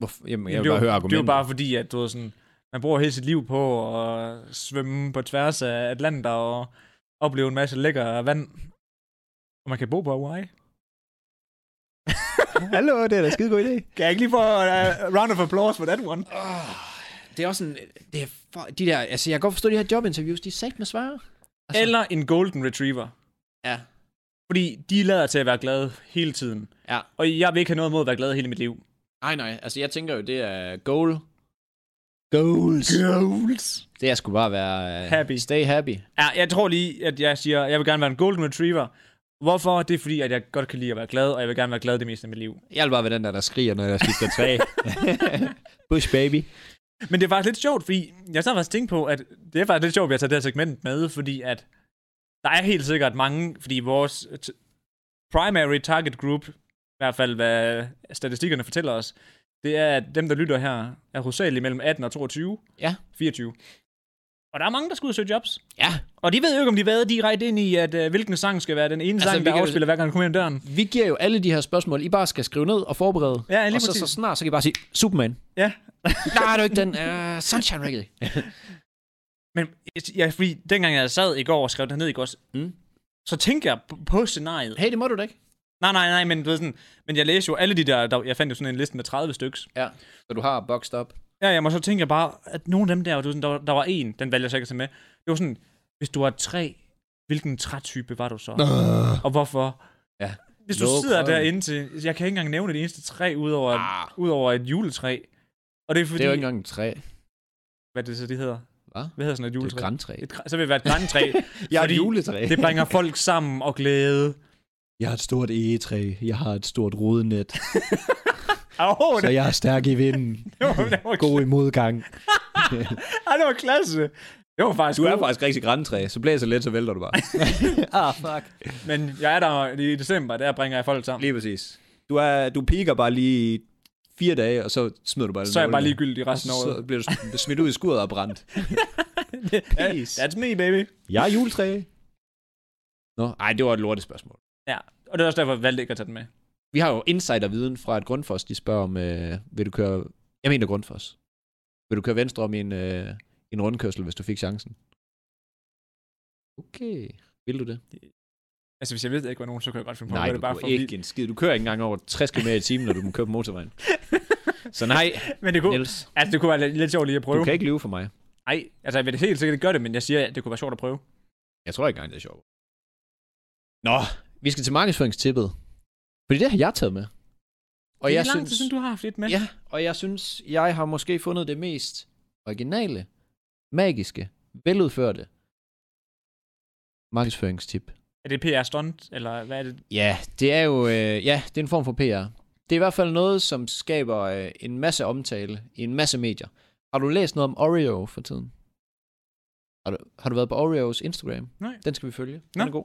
Hvorfor? Jamen, jeg det vil bare høre Det argumentet. var bare fordi, at du ved, sådan, man bruger hele sit liv på at svømme på tværs af Atlanter og opleve en masse lækker vand. Og man kan bo på Hawaii. Hallo, det er da skide god idé. Kan jeg ikke lige få uh, round of applause for that one? Oh, det er også sådan, det er for, de der, altså jeg kan godt forstå de her jobinterviews, de er sagt med svare. Altså- Eller en golden retriever. Ja. Fordi de lader til at være glade hele tiden. Ja. Og jeg vil ikke have noget mod at være glad hele mit liv. Nej, nej, altså jeg tænker jo, det er goal. Goals. Goals. Det er sgu bare være... øh, Happy. Stay happy. Ja, jeg tror lige, at jeg siger, at jeg vil gerne være en golden retriever. Hvorfor? Det er fordi, at jeg godt kan lide at være glad, og jeg vil gerne være glad det meste af mit liv. Jeg vil bare være den der, der skriger, når jeg skifter træ. Push baby. Men det er faktisk lidt sjovt, fordi jeg så har faktisk tænkt på, at det er faktisk lidt sjovt, at jeg tager det her segment med, fordi at der er helt sikkert mange, fordi vores t- primary target group, i hvert fald hvad statistikkerne fortæller os, det er, at dem, der lytter her, er hovedsageligt mellem 18 og 22. Ja. 24. Og der er mange, der skal ud og søge jobs. Ja, Og de ved jo ikke, om de vader direkte ind i, at øh, hvilken sang skal være den ene altså, Altså, sang, vi der kan- afspiller, hver gang du kommer ind ad døren. vi giver jo alle de her spørgsmål, I bare skal skrive ned og forberede. Ja, lige og så, præcis. så snart, så kan I bare sige, Superman. Ja. Nej, det er ikke den. Uh, Sunshine Reggae. Men ja, fordi dengang jeg sad i går og skrev det ned i går, mm. Mm. så tænkte jeg på, på scenariet. Hey, det må du da ikke. Nej, nej, nej, men, du ved sådan, men jeg læste jo alle de der, der, jeg fandt jo sådan en liste med 30 styks. Ja, så du har boxed up. Ja, ja, men så tænkte jeg bare, at nogle af dem der, du ved sådan, der, var- der var en, den valgte jeg så ikke at tage med. Det var sådan, hvis du var tre, hvilken trætype var du så? Nå. Og hvorfor? Ja. Hvis du Low sidder prøve. derinde til, jeg kan ikke engang nævne det eneste træ, udover, Ah. ah. udover et juletræ. Og det er fordi, Det er jo ikke engang et træ. hvad det så det hedder. Hvad? Hvad hedder sådan et Det er juletræ? et grantræ. Et gran- så vil det være et grantræ. Jeg er fordi et juletræ. det bringer folk sammen og glæde. Jeg har et stort egetræ. Jeg har et stort rodenet. Åh, oh, det, jeg er stærk i vinden. det, var, det, var, God i modgang. Ej, det var klasse. Det var faktisk Du er god, faktisk rigtig grantræ. Så blæser lidt, så vælter du bare. ah, fuck. men jeg er der i december, der bringer jeg folk sammen. Lige præcis. Du, er, du piker bare lige i fire dage, og så smider du bare Så er jeg nøglen. bare ligegyldig Og resten af Så året. bliver du sm- smidt ud i skuret og brændt. Peace. That's me, baby. Jeg er juletræ. Nå, ej, det var et lortet spørgsmål. Ja, og det er også derfor, jeg valgte ikke at tage den med. Vi har jo insiderviden fra, at Grundfos, de spørger om, øh, vil du køre, jeg mener Grundfos, vil du køre venstre om i en, øh, i en rundkørsel, hvis du fik chancen? Okay, vil du det? Altså, hvis jeg vidste, at jeg ikke var nogen, så kunne jeg godt finde på, at Nej, gøre du det bare bare for ikke en skid. Du kører ikke engang over 60 km i timen, når du må køre på motorvejen. Så nej, vildt. Men det kunne, Niels, altså, det kunne være lidt- lidt sjovt lige at du prøve. kan ikke lyve for mig. Nej, altså, jeg vil helt sikkert ikke gøre det, men jeg siger, at det kunne være sjovt at prøve. Jeg tror ikke engang, det er sjovt. Nå, vi skal til markedsføringstippet. Fordi det har jeg taget med. Og det er jeg, lang tid synes, siden, du har haft et med. ja, og jeg synes, jeg har måske fundet det mest originale, magiske, veludførte markedsføringstip. Er det PR-stunt, eller hvad er det? Ja, det er jo øh, ja, det er en form for PR. Det er i hvert fald noget, som skaber øh, en masse omtale i en masse medier. Har du læst noget om Oreo for tiden? Har du, har du været på Oreos Instagram? Nej. Den skal vi følge. Den Nå. er god.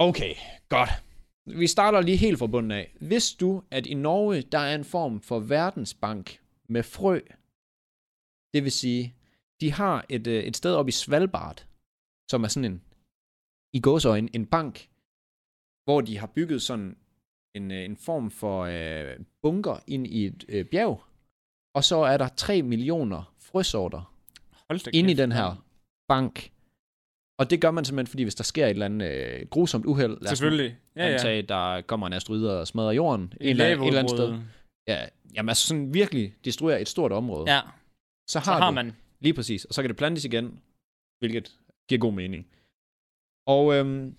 Okay, godt. Vi starter lige helt fra bunden af. Vidste du, at i Norge, der er en form for verdensbank med frø? Det vil sige, de har et, øh, et sted oppe i Svalbard, som er sådan en, i gåsøjne, en bank, hvor de har bygget sådan en, øh, en form for øh, bunker ind i et øh, bjerg, og så er der 3 millioner frøsorter Hold da inde i kæft. den her bank. Og det gør man simpelthen, fordi hvis der sker et eller andet øh, grusomt uheld, lad os nu Selvfølgelig. Ja, ja. antage, der kommer en asteroide og smadrer jorden et, I eller, et eller andet laveudbrud. sted. Ja, jamen altså sådan virkelig destruerer et stort område. Ja, så har, så har du, man. Lige præcis. Og så kan det plantes igen, hvilket giver god mening. Og øhm,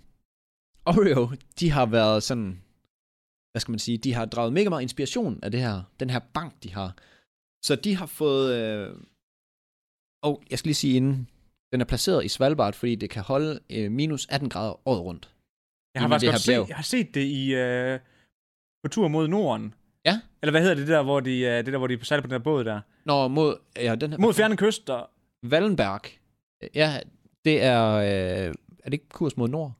Oreo, de har været sådan, hvad skal man sige, de har draget mega meget inspiration af det her, den her bank, de har. Så de har fået, øh, og jeg skal lige sige inden, den er placeret i Svalbard, fordi det kan holde øh, minus 18 grader året rundt. Jeg har Jamen, faktisk det her bjerg. godt set, jeg har set det i øh, på tur mod Norden. Ja. Eller hvad hedder det der, hvor de, øh, det der, hvor de sejler på den der båd der? Når mod, ja, den her, Mod fjerne kyster. Wallenberg. Øh, Ja, det er, øh, er det ikke kurs mod nord?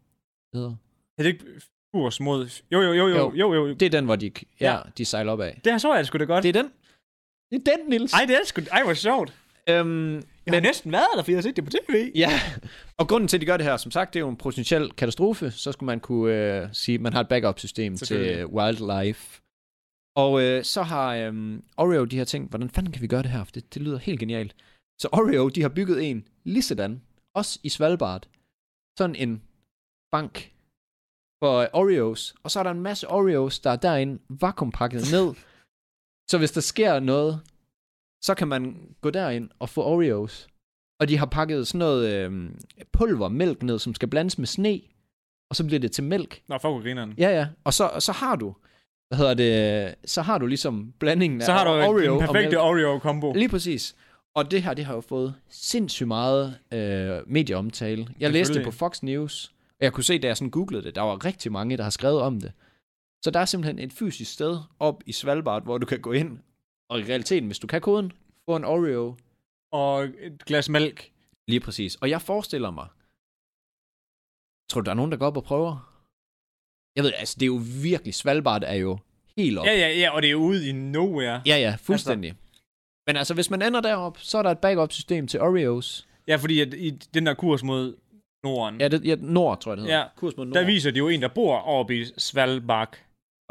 det Hedder? Er det ikke kurs mod... Jo, jo, jo, jo, Jo. jo, jo. Det er den, hvor de, ja, Ja. ja. de sejler op af. Det her så jeg sgu da godt. Det Det... er den. Det er den, Nils. Ej, det er sgu... Ej, hvor sjovt. Øhm, Jeg har næsten været der, fordi jeg har set det på tv. Ja, og grunden til, at de gør det her, som sagt, det er jo en potentiel katastrofe. Så skulle man kunne øh, sige, at man har et backup-system til Selvfølgelig. wildlife. Og øh, så har øh, Oreo de her ting, hvordan fanden kan vi gøre det her? For det, det lyder helt genialt. Så Oreo, de har bygget en lige sådan, også i Svalbard. Sådan en bank for øh, Oreos. Og så er der en masse Oreos, der er derinde vakuumpakket ned. så hvis der sker noget, så kan man gå derind og få Oreos. Og de har pakket sådan noget øh, pulver, mælk ned, som skal blandes med sne, og så bliver det til mælk. Nå, fuck hvor grineren. Ja, ja. Og så, og så har du, hvad hedder det, så har du ligesom blandingen Så af har du Oreo Oreo den og mælk. perfekte Oreo-kombo. Lige præcis. Og det her, det har jo fået sindssygt meget øh, medieomtale. Jeg læste det Selvfølgelig. på Fox News, og jeg kunne se, da jeg sådan googlede det, der var rigtig mange, der har skrevet om det. Så der er simpelthen et fysisk sted op i Svalbard, hvor du kan gå ind, og i realiteten, hvis du kan koden, få en Oreo. Og et glas mælk. Lige præcis. Og jeg forestiller mig, tror du, der er nogen, der går op og prøver? Jeg ved, altså det er jo virkelig, Svalbard er jo helt op. Ja, ja, ja, og det er ude i nowhere. ja, ja fuldstændig. Altså. Men altså, hvis man ender derop, så er der et backup-system til Oreos. Ja, fordi at i den der kurs mod Norden, ja, Ja, det, ja Nord, tror jeg, det hedder. Ja. Kurs mod Nord. der viser de jo en, der bor oppe i Svalbard.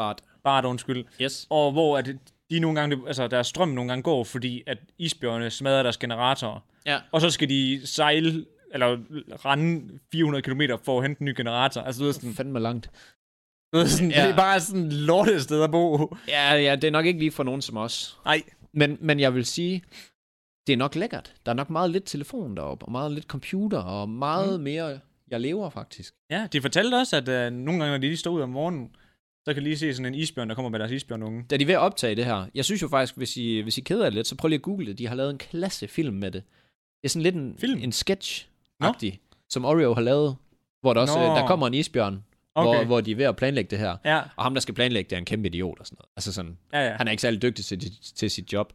Bart. Bart, undskyld. Yes. Og hvor at de nogle gange, altså deres strøm nogle gange går, fordi at isbjørne smadrer deres generatorer. Ja. Og så skal de sejle, eller rende 400 km for at hente en ny generator. Altså, du ved sådan, Fandme langt. du ved sådan Ja. det er bare sådan lortet sted at bo. Ja, ja, det er nok ikke lige for nogen som os. Nej, Men, men jeg vil sige, det er nok lækkert. Der er nok meget lidt telefon deroppe, og meget lidt computer, og meget mm. mere, jeg lever faktisk. Ja, de fortalte også, at øh, nogle gange, når de lige står ud om morgenen, så kan de lige se sådan en isbjørn, der kommer med deres isbjørnunge. Da de er ved at optage det her, jeg synes jo faktisk, hvis I, hvis I keder jer lidt, så prøv lige at google det. De har lavet en klasse film med det. Det er sådan lidt en, Film? en sketch agtig som Oreo har lavet, hvor der også Nå. øh, der kommer en isbjørn, okay. hvor, Okay. hvor de er ved at planlægge det her. Ja, Og ham, der skal planlægge det, er en kæmpe idiot og sådan noget. Altså sådan, ja, ja. Han er ikke særlig dygtig til, til sit job.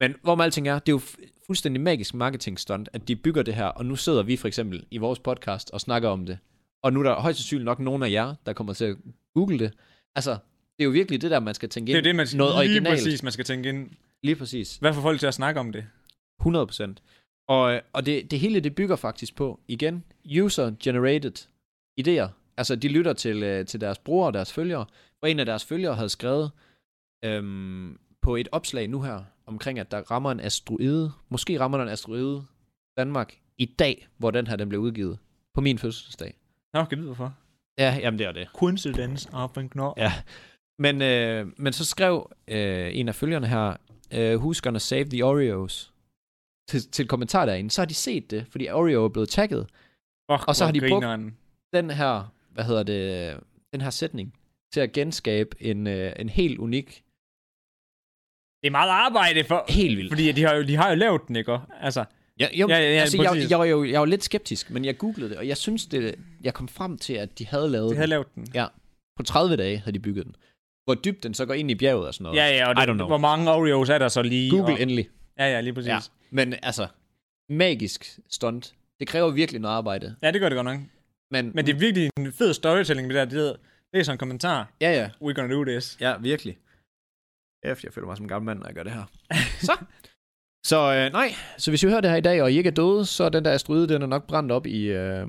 Men hvor med alting er, det er jo fu- fuldstændig magisk marketing stunt, at de bygger det her, og nu sidder vi for eksempel i vores podcast og snakker om det. Og nu er der højst sandsynligt nok nogen af jer, der kommer til at google det. Altså, det er jo virkelig det der, man skal tænke Det er ind. det, man, noget lige originalt. præcis, man skal tænke ind. Lige præcis. Hvad får folk til at snakke om det? 100 procent. Og, øh, og det, det hele, det bygger faktisk på, igen, user-generated idéer. Altså, de lytter til, øh, til deres brugere og deres følgere, og en af deres følgere havde skrevet øhm, på et opslag nu her, omkring at der rammer en asteroide, måske rammer der en asteroide Danmark i dag, hvor den her den blev udgivet, på min fødselsdag. Nå, kan vide hvorfor. Ja, jamen det er det. Coincidence op en knor. Ja. Men, øh, men så skrev øh, en af følgerne her, øh, who's gonna save the Oreos? Til, til et kommentar derinde. Så har de set det, fordi Oreo er blevet tagget. Fuck, Og så hvor har de brugt- grineren. Den her, hvad hedder det, den her sætning til at genskabe en, øh, en helt unik, Det er meget arbejde for... helt vild. Fordi de har, jo, de har jo lavet den, ikke? Altså, Ja, jo, Ja, ja, ja, altså, jeg, præcis. jeg, var jo, jeg var lidt skeptisk, men jeg googlede det, og jeg synes, det, jeg kom frem til, at de havde lavet de de har havde... lavet den. på 30 dage havde de bygget den. Hvor dybt den så går ind i bjerget og sådan noget. Ja, ja, og I don't det, know. hvor mange Oreos er der så lige? Google og, endelig. Ja, ja, lige præcis. Ja. Ja. Men altså, magisk stunt. Det kræver virkelig noget arbejde. ja, det gør det godt nok. Men, Men det er virkelig en fed storytelling, det der. Det hedder, læser en kommentar. ja, ja. We're gonna do this. Ja, virkelig. Efter jeg føler mig som en gammel mand, når jeg gør det her. Så. så øh, nej, så hvis I hører det her i dag, og I ikke er døde, så er den der asteroide, den er nok brændt op i, øh,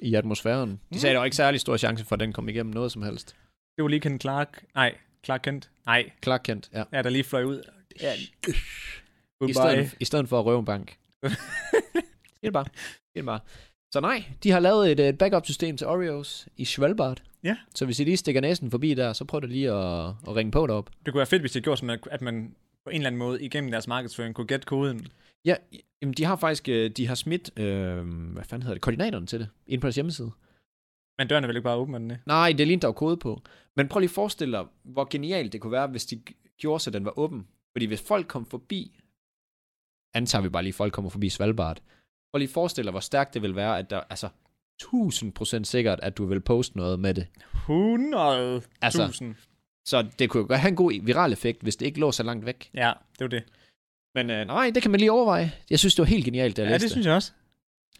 i atmosfæren. Mm. De sagde, der var ikke særlig stor chance for, at den kom igennem noget som helst. Det var lige Ken Clark. Nej, Clark Kent. Nej, Clark Kent, ja. ja, der lige fløj ud. ja. I, Goodbye. stedet, I stedet for at røve en bank. Sig det bare. Sig det bare. Så nej, de har lavet et, øh, et backup-system til Oreos i Svalbard. Ja. Så hvis I lige stikker næsen forbi der, så prøv da lige at, at ringe på derop. Det kunne være fedt, hvis de gjorde sådan, at- at man på en eller anden måde igennem deres markedsføring kunne gætte koden. Ja, jamen de har faktisk, øh, de har smidt, øh, hvad fanden hedder det, koordinaterne til det, ind på deres hjemmeside. Men døren er vel ikke bare åben af den, ikke? Nej, det er lige der var kode på. Men prøv lige at forestille dig, hvor genialt det kunne være, hvis de g- gjorde så den var åben. Fordi hvis folk kom forbi, antager vi bare lige, at folk kommer forbi Svalbard. Prøv lige at forestille dig, hvor stærkt det vil være, at der, altså, Altså. 1000% sikkert, at du vil poste noget med det. 100.000. Altså, Så det kunne jo godt have en god viral effekt, hvis det ikke lå så langt væk. Ja, det var det. Men øh, nej, det kan man lige overveje. Jeg synes, det var helt genialt, da jeg Ja, læste det synes jeg også.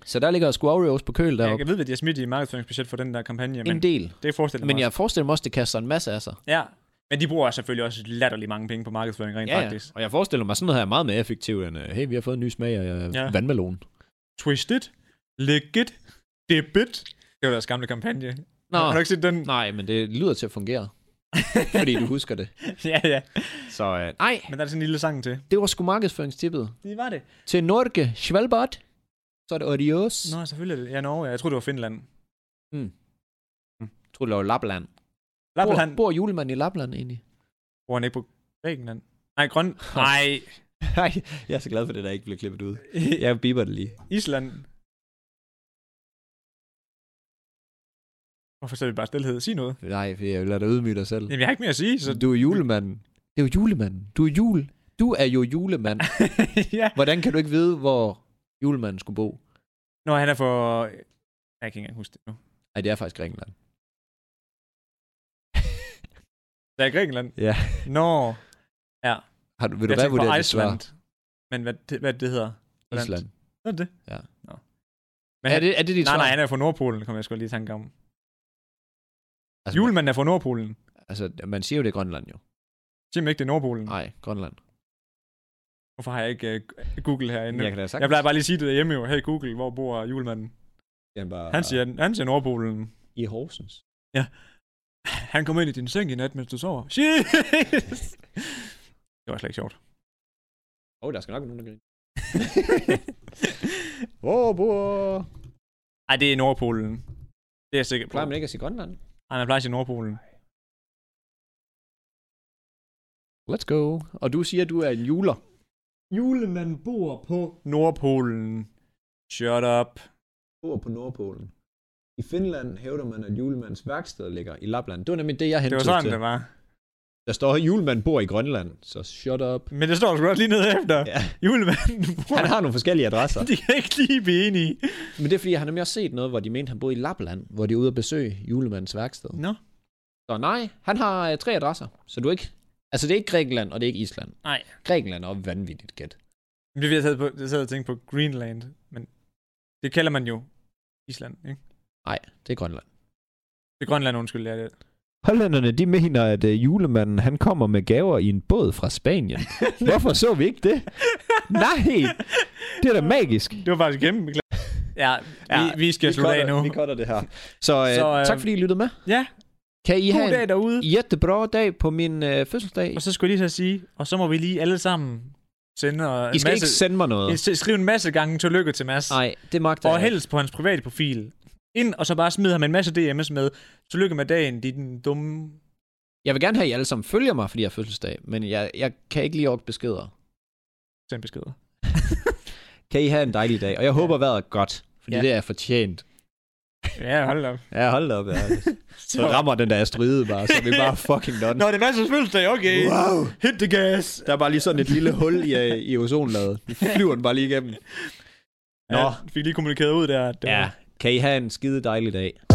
Så der ligger sgu Oreos på køl Ja, jeg deroppe. kan vide, hvad de har smidt i markedsføringsbudget for den der kampagne, men En del. det forestiller Men mig jeg forestiller mig også, det kaster en masse af sig. også. Ja, men de bruger selvfølgelig også latterlig mange penge på markedsføring rent faktisk. og jeg forestiller mig, sådan noget her er meget mere effektivt end, øh, hey, vi har fået en ny smag af øh, Ja. ja. vandmelon. Twisted, Legit, Debit. Det var deres gamle kampagne. Nå, Har du ikke set den? nej, men det lyder til at fungere, fordi du husker det. ja, ja. Så øh, nej, Men der er sådan en lille sang til. det var sgu markedsføringstippet. Det var det. Til Norge, Svalbard, så er det Adios. Nå, selvfølgelig. er det- Ja, Norge. ja. Jeg tror det var Finland. Jeg tror, det var Lapland. Lapland. Bor, bor julemanden i Lapland egentlig? Bor han ikke på Grækenland? Nej, Grøn. Nå. Nej, Nej, jeg er så glad for det, der ikke bliver klippet ud. Jeg biber det lige. Island. Hvorfor står vi bare stillhed? Sig noget. Nej, for jeg lader dig ydmyge dig selv. Jamen, jeg har ikke mere at sige, så... Så du er julemanden. Det er jo julemanden. Du er jul. Du er jo julemand. ja. Hvordan kan du ikke vide, hvor julemanden skulle bo? Nå, han er for... Jeg kan ikke engang huske det nu. Nej, det er faktisk Grækenland. Der er Grækenland. Ja. Nå, Har du, vil du jeg hvad tænkte på vurdere det svar? Iceland. Men hvad, det- hvad det hedder? Island. Island. Hvad er det? Ja. Nå. Men Men er, han, det, er det dit nej, svar? nej, han er fra Nordpolen, kommer jeg sgu lige i tanke om. Altså, Julemanden er fra Nordpolen. Altså, man siger jo, det er Grønland jo. Mm. Sig mig ikke, det er Nordpolen. Nej, Grønland. Hvorfor har jeg ikke uh, Google herinde? kan da sagt. Jeg plejer bare lige at sige det derhjemme jo. Hey Google, hvor bor julemanden? bare... Han siger, han siger Nordpolen. I Horsens. Han kommer ind i din seng i nat, mens du sover. Shit! Det var slet ikke sjovt. Åh, oh, der skal nok nogen, der griner. Hvor bor... Ej, det er Nordpolen. Det er jeg sikker på. Plejer man ikke at sige Grønland? Ej, man plejer at sige Nordpolen. Let's go. Og du siger, at du er en juler. Julemanden bor på Nordpolen. Shut up. Bor på Nordpolen. I Finland hævder man, at julemandens værksted ligger i Lapland. Det var nemlig det, jeg Det hentede var til. sådan, det var. Der står, at julemanden bor i Grønland, så shut up. Men det står der sgu også lige nede efter. Ja. Julemanden bor... Han har nogle forskellige adresser. De kan ikke lige blive enige. Men det er fordi, han har nemlig også set noget, hvor de mente, han boede i Lapland, hvor de er ude at besøge julemandens værksted. Nå. Så nej, han har øh, tre adresser, så du ikke... Altså, det er ikke Grækenland, og det er ikke Island. Nej. Grækenland er vanvittigt gæt. Men Det vi havde på, jeg sad og tænkte på Greenland, men det kalder man jo Island, ikke? Det er Grønland. Det er Grønland, undskyld, jeg er det. Hollænderne, de mener, at øh, julemanden, han kommer med gaver i en båd fra Spanien. Hvorfor så vi ikke det? Nej, det er da magisk. Det var faktisk kæmpe gla- Ja, ja vi, vi skal slutte af nu. Vi cutter det her. Så, øh, Så, så øh, øh, tak fordi I lyttede med. Ja. Kan I God have dag en derude. jättebra dag på min øh, fødselsdag? Og så skulle jeg lige så sige, og så må vi lige alle sammen sende og I skal masse, ikke sende mig noget. ikke skrive en masse gange tillykke til Mads. Nej, det magter og jeg ikke. helst på hans private profil. Ind, og så bare smid ham en masse DM's med. Tillykke med dagen, din dumme... Jeg vil gerne have, at I alle sammen følger mig, fordi jeg har fødselsdag, men jeg, jeg kan ikke lige orke beskeder. Send beskeder. Kan I have en dejlig dag, og jeg håber, vejret er godt, fordi Ja. ja. det er fortjent. Ja, hold da op. Ja, hold da op, ja. Så rammer den der astride bare, så er vi bare fucking done. Nå, det er Mads' fødselsdag, okay. Wow! Hit the gas. Der er bare lige sådan et lille hul i, øh, i ozonlaget. Nu flyver den bare lige igennem. Nå. Nå. Ja, fik lige kommunikeret ud der. at det Ja, var- kan I have en skide dejlig dag.